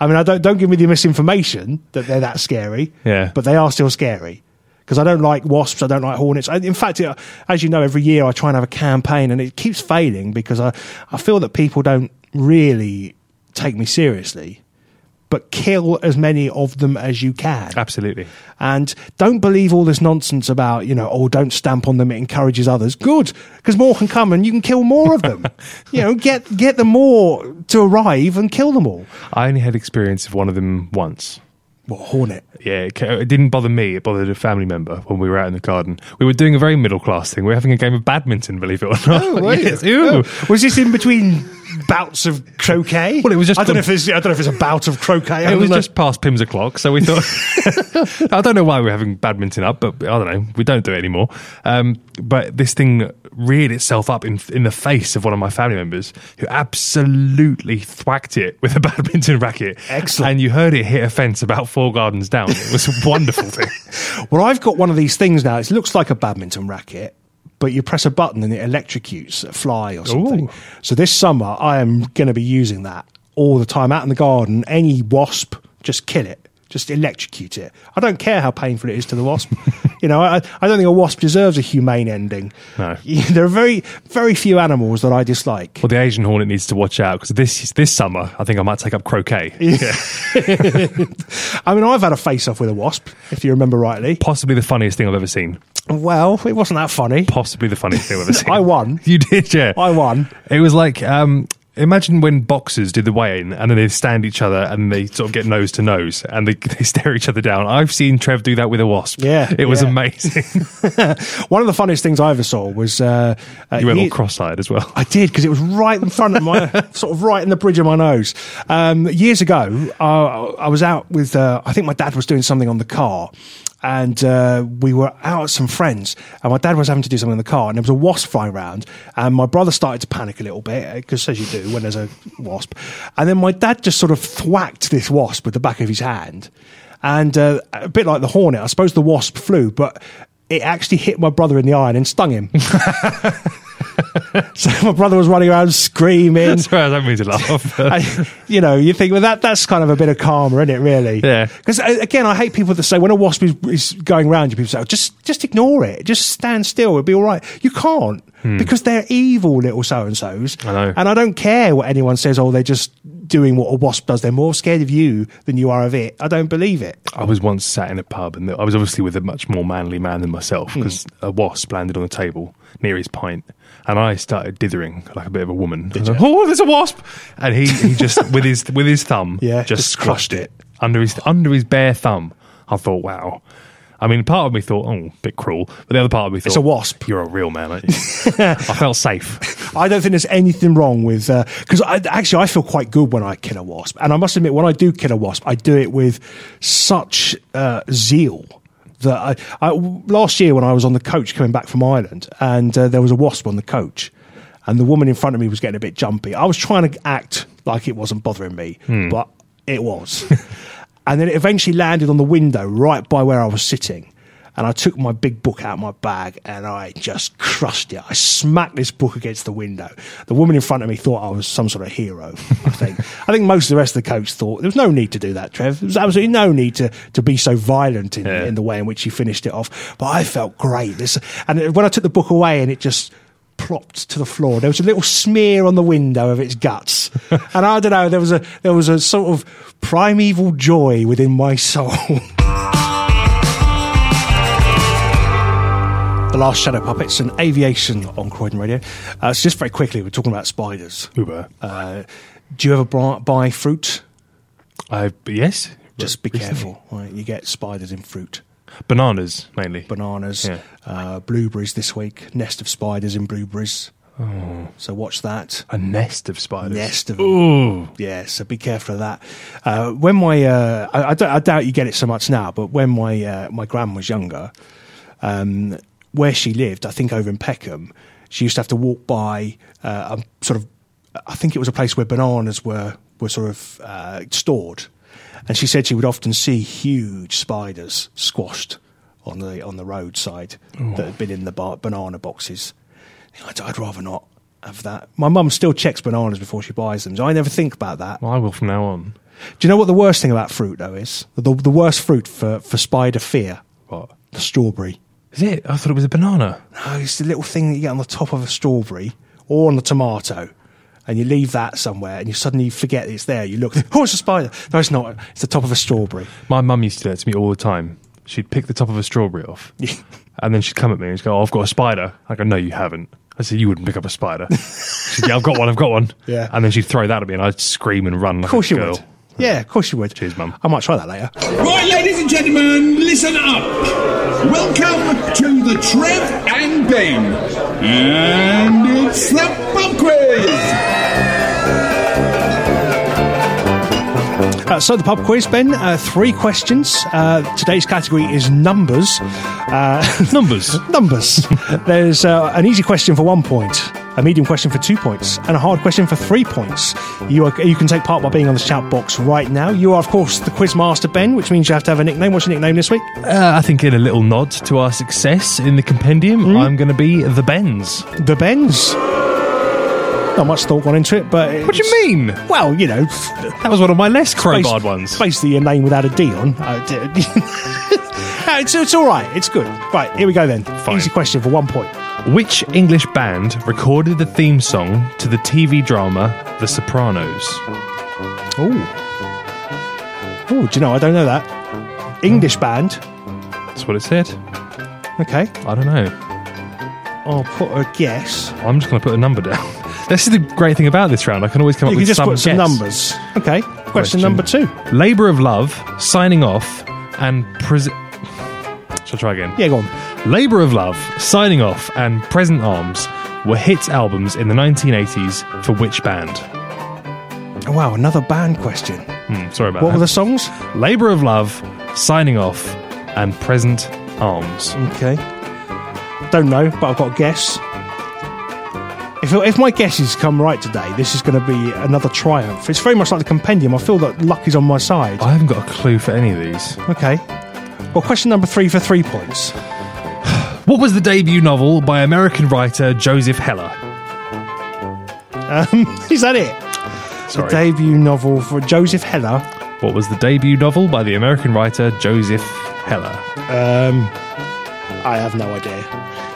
[SPEAKER 3] I mean, I don't don't give me the misinformation that they're that scary.
[SPEAKER 5] Yeah.
[SPEAKER 3] but they are still scary because I don't like wasps. I don't like hornets. I, in fact, it, as you know, every year I try and have a campaign, and it keeps failing because I I feel that people don't really take me seriously. But kill as many of them as you can.
[SPEAKER 5] Absolutely.
[SPEAKER 3] And don't believe all this nonsense about, you know, oh, don't stamp on them, it encourages others. Good, because more can come and you can kill more of them. you know, get, get them more to arrive and kill them all.
[SPEAKER 5] I only had experience of one of them once.
[SPEAKER 3] What, hornet?
[SPEAKER 5] Yeah, it, ca- it didn't bother me. It bothered a family member when we were out in the garden. We were doing a very middle class thing. We were having a game of badminton, believe it or not.
[SPEAKER 3] Oh, were you?
[SPEAKER 5] Yes, ew.
[SPEAKER 3] Oh. Was this in between bouts of croquet? Well,
[SPEAKER 5] it was just
[SPEAKER 3] I don't
[SPEAKER 5] the-
[SPEAKER 3] know if it's I don't know if it's a bout of croquet. I
[SPEAKER 5] It was
[SPEAKER 3] don't know.
[SPEAKER 5] just past Pim's o'clock, so we thought. I don't know why we're having badminton up, but I don't know. We don't do it anymore. Um, but this thing reared itself up in in the face of one of my family members, who absolutely thwacked it with a badminton racket.
[SPEAKER 3] Excellent.
[SPEAKER 5] And you heard it hit a fence about four gardens down. It was a wonderful thing.
[SPEAKER 3] Well, I've got one of these things now. It looks like a badminton racket, but you press a button and it electrocutes a fly or something. So this summer, I am going to be using that all the time out in the garden. Any wasp, just kill it. Just electrocute it. I don't care how painful it is to the wasp. you know, I, I don't think a wasp deserves a humane ending.
[SPEAKER 5] No.
[SPEAKER 3] There are very, very few animals that I dislike.
[SPEAKER 5] Well, the Asian hornet needs to watch out because this this summer, I think I might take up croquet. Yeah.
[SPEAKER 3] I mean, I've had a face off with a wasp, if you remember rightly.
[SPEAKER 5] Possibly the funniest thing I've ever seen.
[SPEAKER 3] Well, it wasn't that funny.
[SPEAKER 5] Possibly the funniest thing I've ever seen.
[SPEAKER 3] I won.
[SPEAKER 5] You did, yeah.
[SPEAKER 3] I won.
[SPEAKER 5] It was like um, imagine when boxers do the weigh-in and then they stand each other and they sort of get nose to nose and they, they stare each other down. I've seen Trev do that with a wasp.
[SPEAKER 3] Yeah,
[SPEAKER 5] it was
[SPEAKER 3] yeah.
[SPEAKER 5] amazing.
[SPEAKER 3] One of the funniest things I ever saw was uh, uh,
[SPEAKER 5] you went all
[SPEAKER 3] ye-
[SPEAKER 5] cross-eyed as well.
[SPEAKER 3] I did because it was right in front of my sort of right in the bridge of my nose. Um, years ago, I, I was out with uh, I think my dad was doing something on the car, and uh, we were out with some friends, and my dad was having to do something on the car, and there was a wasp flying around, and my brother started to panic a little bit because as you do when there's a wasp, and then my dad just sort of thwacked this wasp with the back of his hand, and uh, a bit like the hornet, I suppose the wasp flew, but. It actually hit my brother in the eye and stung him. So my brother was running around screaming.
[SPEAKER 5] Sorry, I don't mean to laugh.
[SPEAKER 3] I- you know, you think, well, that that's kind of a bit of karma, isn't it? Really?
[SPEAKER 5] Yeah.
[SPEAKER 3] Because again, I hate people that say when a wasp is, is going around you, people say, oh, just just ignore it, just stand still, it'll be all right. You can't because they're evil little so and so's.
[SPEAKER 5] Hmm. I know.
[SPEAKER 3] And I don't care what anyone says. Oh, they're just doing what a wasp does. They're more scared of you than you are of it. I don't believe it.
[SPEAKER 5] I was once sat in a pub and I was obviously with a much more manly man than myself
[SPEAKER 3] Hmm.
[SPEAKER 5] because a wasp landed on the table near his pint and I started dithering like a bit of a woman. I was like, oh, there's a wasp! And he, he just, with his with his thumb,
[SPEAKER 3] Yeah,
[SPEAKER 5] just,
[SPEAKER 3] just
[SPEAKER 5] crushed
[SPEAKER 3] crushed
[SPEAKER 5] it. Under his, under his bare thumb, I thought, wow. I mean, part of me thought, oh, bit cruel. But the other part of me thought,
[SPEAKER 3] It's a wasp.
[SPEAKER 5] You're a real man, aren't you? I felt safe.
[SPEAKER 3] I don't think there's anything wrong with because I actually I feel quite good when I kill a wasp, and I must admit when I do kill a wasp, I do it with such uh, zeal that I, I last year when I was on the coach coming back from Ireland, and uh, there was a wasp on the coach, and the woman in front of me was getting a bit jumpy. I was trying to act like it wasn't bothering me, but it was, and then it eventually landed on the window right by where I was sitting. And I took my big book out of my bag and I just crushed it. I smacked this book against the window. The woman in front of me thought I was some sort of hero, I think. I think most of the rest of the coach thought there was no need to do that, Trev. There was absolutely no need to, to be so violent in, in the way in which you finished it off. But I felt great. This, and when I took the book away and it just plopped to the floor, there was a little smear on the window of its guts. and I don't know, there was a, there was a sort of primeval joy within my soul. The Last Shadow Puppets and Aviation on Croydon Radio. Uh, so, just very quickly, we're talking about spiders.
[SPEAKER 5] Uber.
[SPEAKER 3] Uh, do you ever buy, buy fruit?
[SPEAKER 5] I, yes.
[SPEAKER 3] Just be
[SPEAKER 5] Recently.
[SPEAKER 3] careful. Right? You get spiders in fruit.
[SPEAKER 5] Bananas, mainly.
[SPEAKER 3] Bananas,
[SPEAKER 5] Yeah.
[SPEAKER 3] uh, blueberries this week, nest of spiders in blueberries. Oh. So watch that.
[SPEAKER 5] A nest of spiders.
[SPEAKER 3] Nest of
[SPEAKER 5] Ooh.
[SPEAKER 3] Yeah, so be careful of that. Uh, when my, uh, I, I, don't, I doubt you get it so much now, but when my uh, my gran was younger, um, where she lived, I think over in Peckham, she used to have to walk by uh, a sort of, I think it was a place where bananas were were sort of uh, stored, and she said she would often see huge spiders squashed on the on the roadside
[SPEAKER 5] Oh.
[SPEAKER 3] that had been in the bar- banana boxes. I'd, I'd rather not have that. My mum still checks bananas before she buys them, so I never think about that.
[SPEAKER 5] Well, I will from now on.
[SPEAKER 3] Do you know what the worst thing about fruit though is? The, the worst fruit for, for spider fear.
[SPEAKER 5] What?
[SPEAKER 3] The strawberry.
[SPEAKER 5] Is it? I thought it was a banana.
[SPEAKER 3] No, it's the little thing that you get on the top of a strawberry or on the tomato. And you leave that somewhere and you suddenly forget it's there. You look, oh, it's a spider. No, it's not. It's the top of a strawberry.
[SPEAKER 5] My mum used to do that to me all the time. She'd pick the top of a strawberry off, and then she'd come at me and she'd go, oh, "I've got a spider." I go, "No, you haven't." I said, "You wouldn't pick up a spider." she'd, "Yeah, I've got one. I've got one."
[SPEAKER 3] Yeah.
[SPEAKER 5] And then she'd throw that at me, and I'd scream and run.
[SPEAKER 3] Of
[SPEAKER 5] Like
[SPEAKER 3] course
[SPEAKER 5] a
[SPEAKER 3] you
[SPEAKER 5] girl.
[SPEAKER 3] would. Yeah, of course you would. Cheers, mum. I might try that later.
[SPEAKER 14] Right, ladies and gentlemen, listen up. Welcome to the Trev and Ben. And it's the pub quiz.
[SPEAKER 3] Uh, so the pub quiz, Ben. Uh, three questions. Uh, today's category is numbers. Uh,
[SPEAKER 5] numbers.
[SPEAKER 3] numbers. There's uh, an easy question for one point, a medium question for two points, and a hard question for three points. You are, you can take part by being on the chat box right now. You are, of course, the quiz master, Ben, which means you have to have a nickname. What's your nickname this week?
[SPEAKER 5] Uh, I think in a little nod to our success in the compendium, I'm going to be the Benz.
[SPEAKER 3] The Benz. Not much thought gone into it, but what do you
[SPEAKER 5] mean?
[SPEAKER 3] Well, you know,
[SPEAKER 5] that was one of my less crowbarred
[SPEAKER 3] ones. Basically, your name without a D on. Uh, d- Uh, it's, it's all right. It's good. Right, here we go then. Easy question for one point.
[SPEAKER 5] Which English band recorded the theme song to the TV drama The Sopranos?
[SPEAKER 3] Oh. Oh, do you know? I don't know that. English band.
[SPEAKER 5] That's what it said.
[SPEAKER 3] Okay.
[SPEAKER 5] I don't know.
[SPEAKER 3] I'll put a guess.
[SPEAKER 5] I'm just going to put a number down. This is the great thing about this round. I can always come
[SPEAKER 3] you
[SPEAKER 5] up
[SPEAKER 3] can
[SPEAKER 5] with
[SPEAKER 3] just
[SPEAKER 5] some
[SPEAKER 3] put some
[SPEAKER 5] guess.
[SPEAKER 3] numbers. Okay. Question, number two.
[SPEAKER 5] Labour of Love, Signing Off, and Present. Shall I try again?
[SPEAKER 3] Yeah, go on.
[SPEAKER 5] Labour of Love, Signing Off, and Present Arms were hit albums in the 1980s for which band?
[SPEAKER 3] Oh, wow, another band question.
[SPEAKER 5] Hmm, sorry about
[SPEAKER 3] What
[SPEAKER 5] that.
[SPEAKER 3] were the songs?
[SPEAKER 5] Labour of Love, Signing Off, and Present Arms.
[SPEAKER 3] Okay. Don't know, but I've got a guess. If, if my guesses come right today, this is going to be another triumph. It's very much like the compendium. I feel that luck is on my side.
[SPEAKER 5] I haven't got a clue for any of these.
[SPEAKER 3] Okay. Well, question number three for three points.
[SPEAKER 5] What was the debut novel by American writer Joseph Heller?
[SPEAKER 3] Um, is that it?
[SPEAKER 5] Sorry.
[SPEAKER 3] The debut novel for Joseph Heller.
[SPEAKER 5] What was the debut novel by the American writer Joseph Heller?
[SPEAKER 3] Um, I have no idea.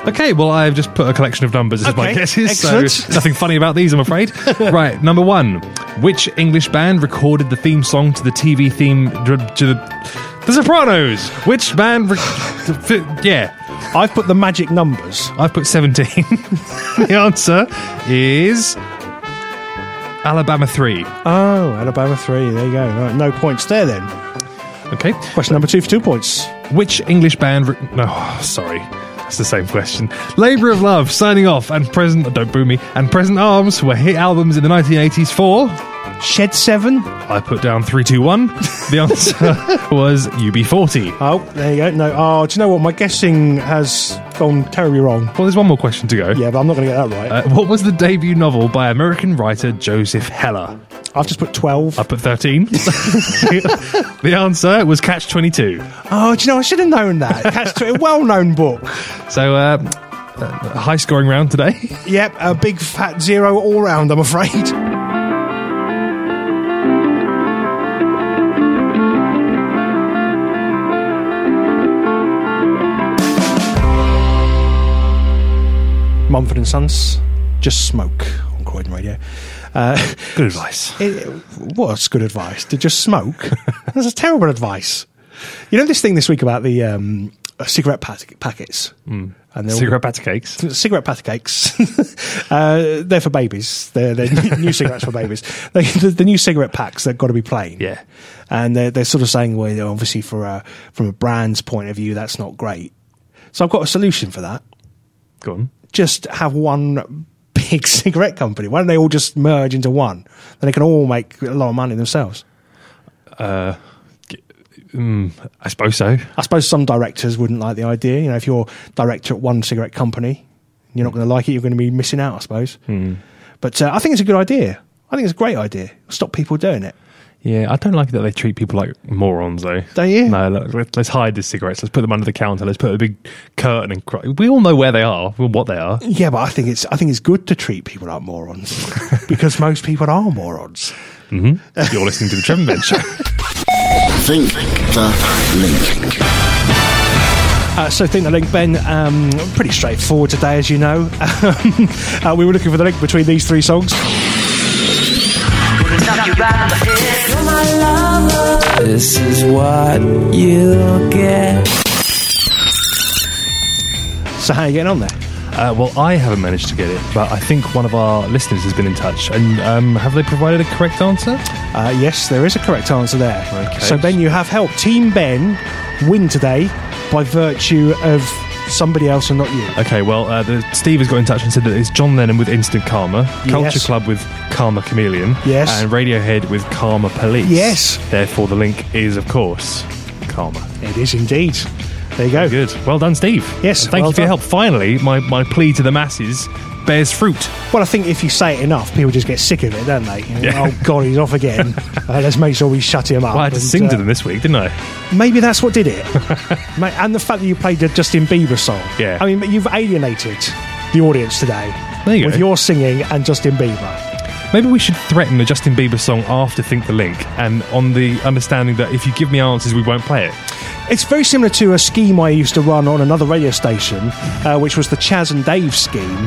[SPEAKER 5] Okay, well, I've just put a collection of numbers as my
[SPEAKER 3] Okay,
[SPEAKER 5] guesses, so
[SPEAKER 3] excellent.
[SPEAKER 5] nothing funny about these, I'm afraid. right, number one. Which English band recorded the theme song to the TV theme dr- to the, the Sopranos? Which band? Re- to- yeah,
[SPEAKER 3] I've put the magic numbers.
[SPEAKER 5] I've put seventeen. the answer is Alabama Three.
[SPEAKER 3] Oh, Alabama 3. There you go. Right, no points there then.
[SPEAKER 5] Okay.
[SPEAKER 3] Question number two for two points.
[SPEAKER 5] Which English band? Re- no, sorry. That's the same question. Labour of Love, signing off, and present. Don't boo me. And Present Arms were hit albums in the 1980s for.
[SPEAKER 3] Shed 7.
[SPEAKER 5] I put down 321. The answer was UB40.
[SPEAKER 3] Oh, there you go. No, oh, do you know what? My guessing has gone terribly wrong.
[SPEAKER 5] Well, there's one more question to go.
[SPEAKER 3] Yeah, but I'm not going to get that right.
[SPEAKER 5] Uh, what was the debut novel by American writer Joseph Heller?
[SPEAKER 3] I've just put 12.
[SPEAKER 5] I put 13. the answer was Catch 22.
[SPEAKER 3] oh, do you know? I should have known that. Catch to a well known book.
[SPEAKER 5] So, uh, uh, high scoring round today.
[SPEAKER 3] Yep, a big fat zero all round, I'm afraid. Mumford and Sons, just smoke on Croydon Radio. Uh,
[SPEAKER 5] good advice.
[SPEAKER 3] It, what's good advice? To just smoke? That's terrible advice. You know this thing this week about the um, cigarette pack- packets?
[SPEAKER 5] Mm.
[SPEAKER 3] And they're all-
[SPEAKER 5] Cigarette batter cakes.
[SPEAKER 3] cigarette patty cakes. uh, they're for babies. They're, they're new- new cigarettes for babies. They, the, the new cigarette packs they've got to be plain.
[SPEAKER 5] Yeah.
[SPEAKER 3] and they're, they're sort of saying, well, you know, obviously for a, from a brand's point of view, that's not great. So I've got a solution for that.
[SPEAKER 5] Go on.
[SPEAKER 3] Just have one big big cigarette company? Why don't they all just merge into one? Then they can all make a lot of money themselves.
[SPEAKER 5] Uh, mm, I suppose so.
[SPEAKER 3] I suppose some directors wouldn't like the idea. You know, if you're director at one cigarette company, you're not going to like it. You're going to be missing out, I suppose.
[SPEAKER 5] Hmm.
[SPEAKER 3] But uh, I think it's a good idea. I think it's a great idea. Stop people doing it.
[SPEAKER 5] Yeah, I don't like that they treat people like morons, though.
[SPEAKER 3] Don't you?
[SPEAKER 5] No, look, let- let's hide the cigarettes. Let's put them under the counter. Let's put a big curtain and cry. We all know where they are, well, what they are.
[SPEAKER 3] Yeah, but I think it's I think it's good to treat people like morons because most people are morons.
[SPEAKER 5] hmm You're listening to the Trevor Ben Show.
[SPEAKER 7] Think the link.
[SPEAKER 3] Uh, so, think the link, Ben. Um, pretty straightforward today, as you know. uh, we were looking for the link between these three songs.
[SPEAKER 8] This is what you get.
[SPEAKER 3] So, how are you getting on there?
[SPEAKER 5] Uh, well, I haven't managed to get it, but I think one of our listeners has been in touch. And um, have they provided a correct answer?
[SPEAKER 3] Uh, yes, there is a correct answer there.
[SPEAKER 5] Okay.
[SPEAKER 3] So, Ben, you have helped Team Ben win today by virtue of somebody else and not you.
[SPEAKER 5] Okay, well, uh, the, Steve has got in touch and said that it's John Lennon with Instant Karma, Culture
[SPEAKER 3] Yes.
[SPEAKER 5] Club with Karma Chameleon,
[SPEAKER 3] Yes.
[SPEAKER 5] and Radiohead with Karma Police.
[SPEAKER 3] Yes.
[SPEAKER 5] Therefore, the link is, of course, Karma.
[SPEAKER 3] It is indeed. There you go.
[SPEAKER 5] Good. Oh. Well done, Steve.
[SPEAKER 3] Yes,
[SPEAKER 5] And thank
[SPEAKER 3] well
[SPEAKER 5] you for your
[SPEAKER 3] done.
[SPEAKER 5] help. Finally, my, my plea to the masses bears fruit.
[SPEAKER 3] Well, I think if you say it enough, people just get sick of it, don't they? You know,
[SPEAKER 5] Yeah.
[SPEAKER 3] Oh God, he's off again. uh, let's make sure we shut him up.
[SPEAKER 5] Well, I had to
[SPEAKER 3] And,
[SPEAKER 5] sing to
[SPEAKER 3] uh,
[SPEAKER 5] them this week, didn't I?
[SPEAKER 3] Maybe that's what did it. Ma- and the fact that you played the Justin Bieber song.
[SPEAKER 5] Yeah.
[SPEAKER 3] I mean, but you've alienated the audience today
[SPEAKER 5] There you
[SPEAKER 3] with
[SPEAKER 5] go.
[SPEAKER 3] your singing and Justin Bieber.
[SPEAKER 5] Maybe we should threaten the Justin Bieber song after Think the Link, and on the understanding that if you give me answers, we won't play it.
[SPEAKER 3] It's very similar to a scheme I used to run on another radio station, uh, which was the Chaz and Dave scheme,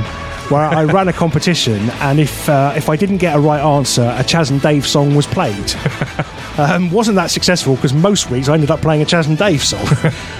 [SPEAKER 3] where I ran a competition, and if uh, if I didn't get a right answer, a Chaz and Dave song was played. Um, wasn't that successful because most weeks I ended up playing a Chaz and Dave song,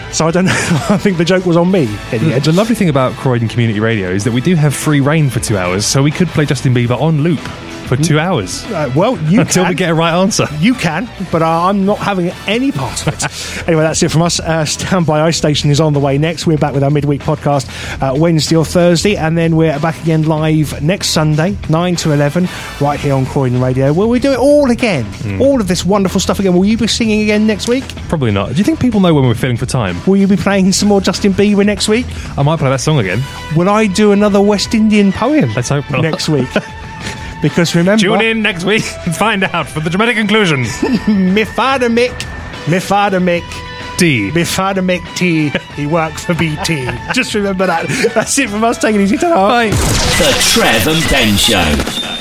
[SPEAKER 3] so I don't. know. I think the joke was on me. in the
[SPEAKER 5] The,
[SPEAKER 3] end.
[SPEAKER 5] the lovely thing about Croydon Community Radio is that we do have free reign for two hours, so we could play Justin Bieber on loop for two hours.
[SPEAKER 3] Uh, well, you
[SPEAKER 5] Until
[SPEAKER 3] can.
[SPEAKER 5] we get a right answer.
[SPEAKER 3] You can, but uh, I'm not having any part of it. anyway, that's it from us. Uh, Stand by Ice Station is on the way next. We're back with our midweek podcast uh, Wednesday or Thursday, and then we're back again live next Sunday, 9 to 11, right here on Croydon Radio, where we do it all again.
[SPEAKER 5] Hmm.
[SPEAKER 3] All of this wonderful stuff again. Will you be singing again next week?
[SPEAKER 5] Probably not. Do you think people know when we're filling for time?
[SPEAKER 3] Will you be playing some more Justin Bieber next week?
[SPEAKER 5] I might play that song again.
[SPEAKER 3] Will I do another West Indian poem
[SPEAKER 5] Let's hope not.
[SPEAKER 3] next week? Because remember,
[SPEAKER 5] Tune in next week and find out for the dramatic conclusion.
[SPEAKER 3] me father Mick, me father Mick.
[SPEAKER 5] D.
[SPEAKER 3] My father make tea. He worked for BT. Just remember that. That's it from us. Taking it easy. ta
[SPEAKER 1] The Trev and Ben Show.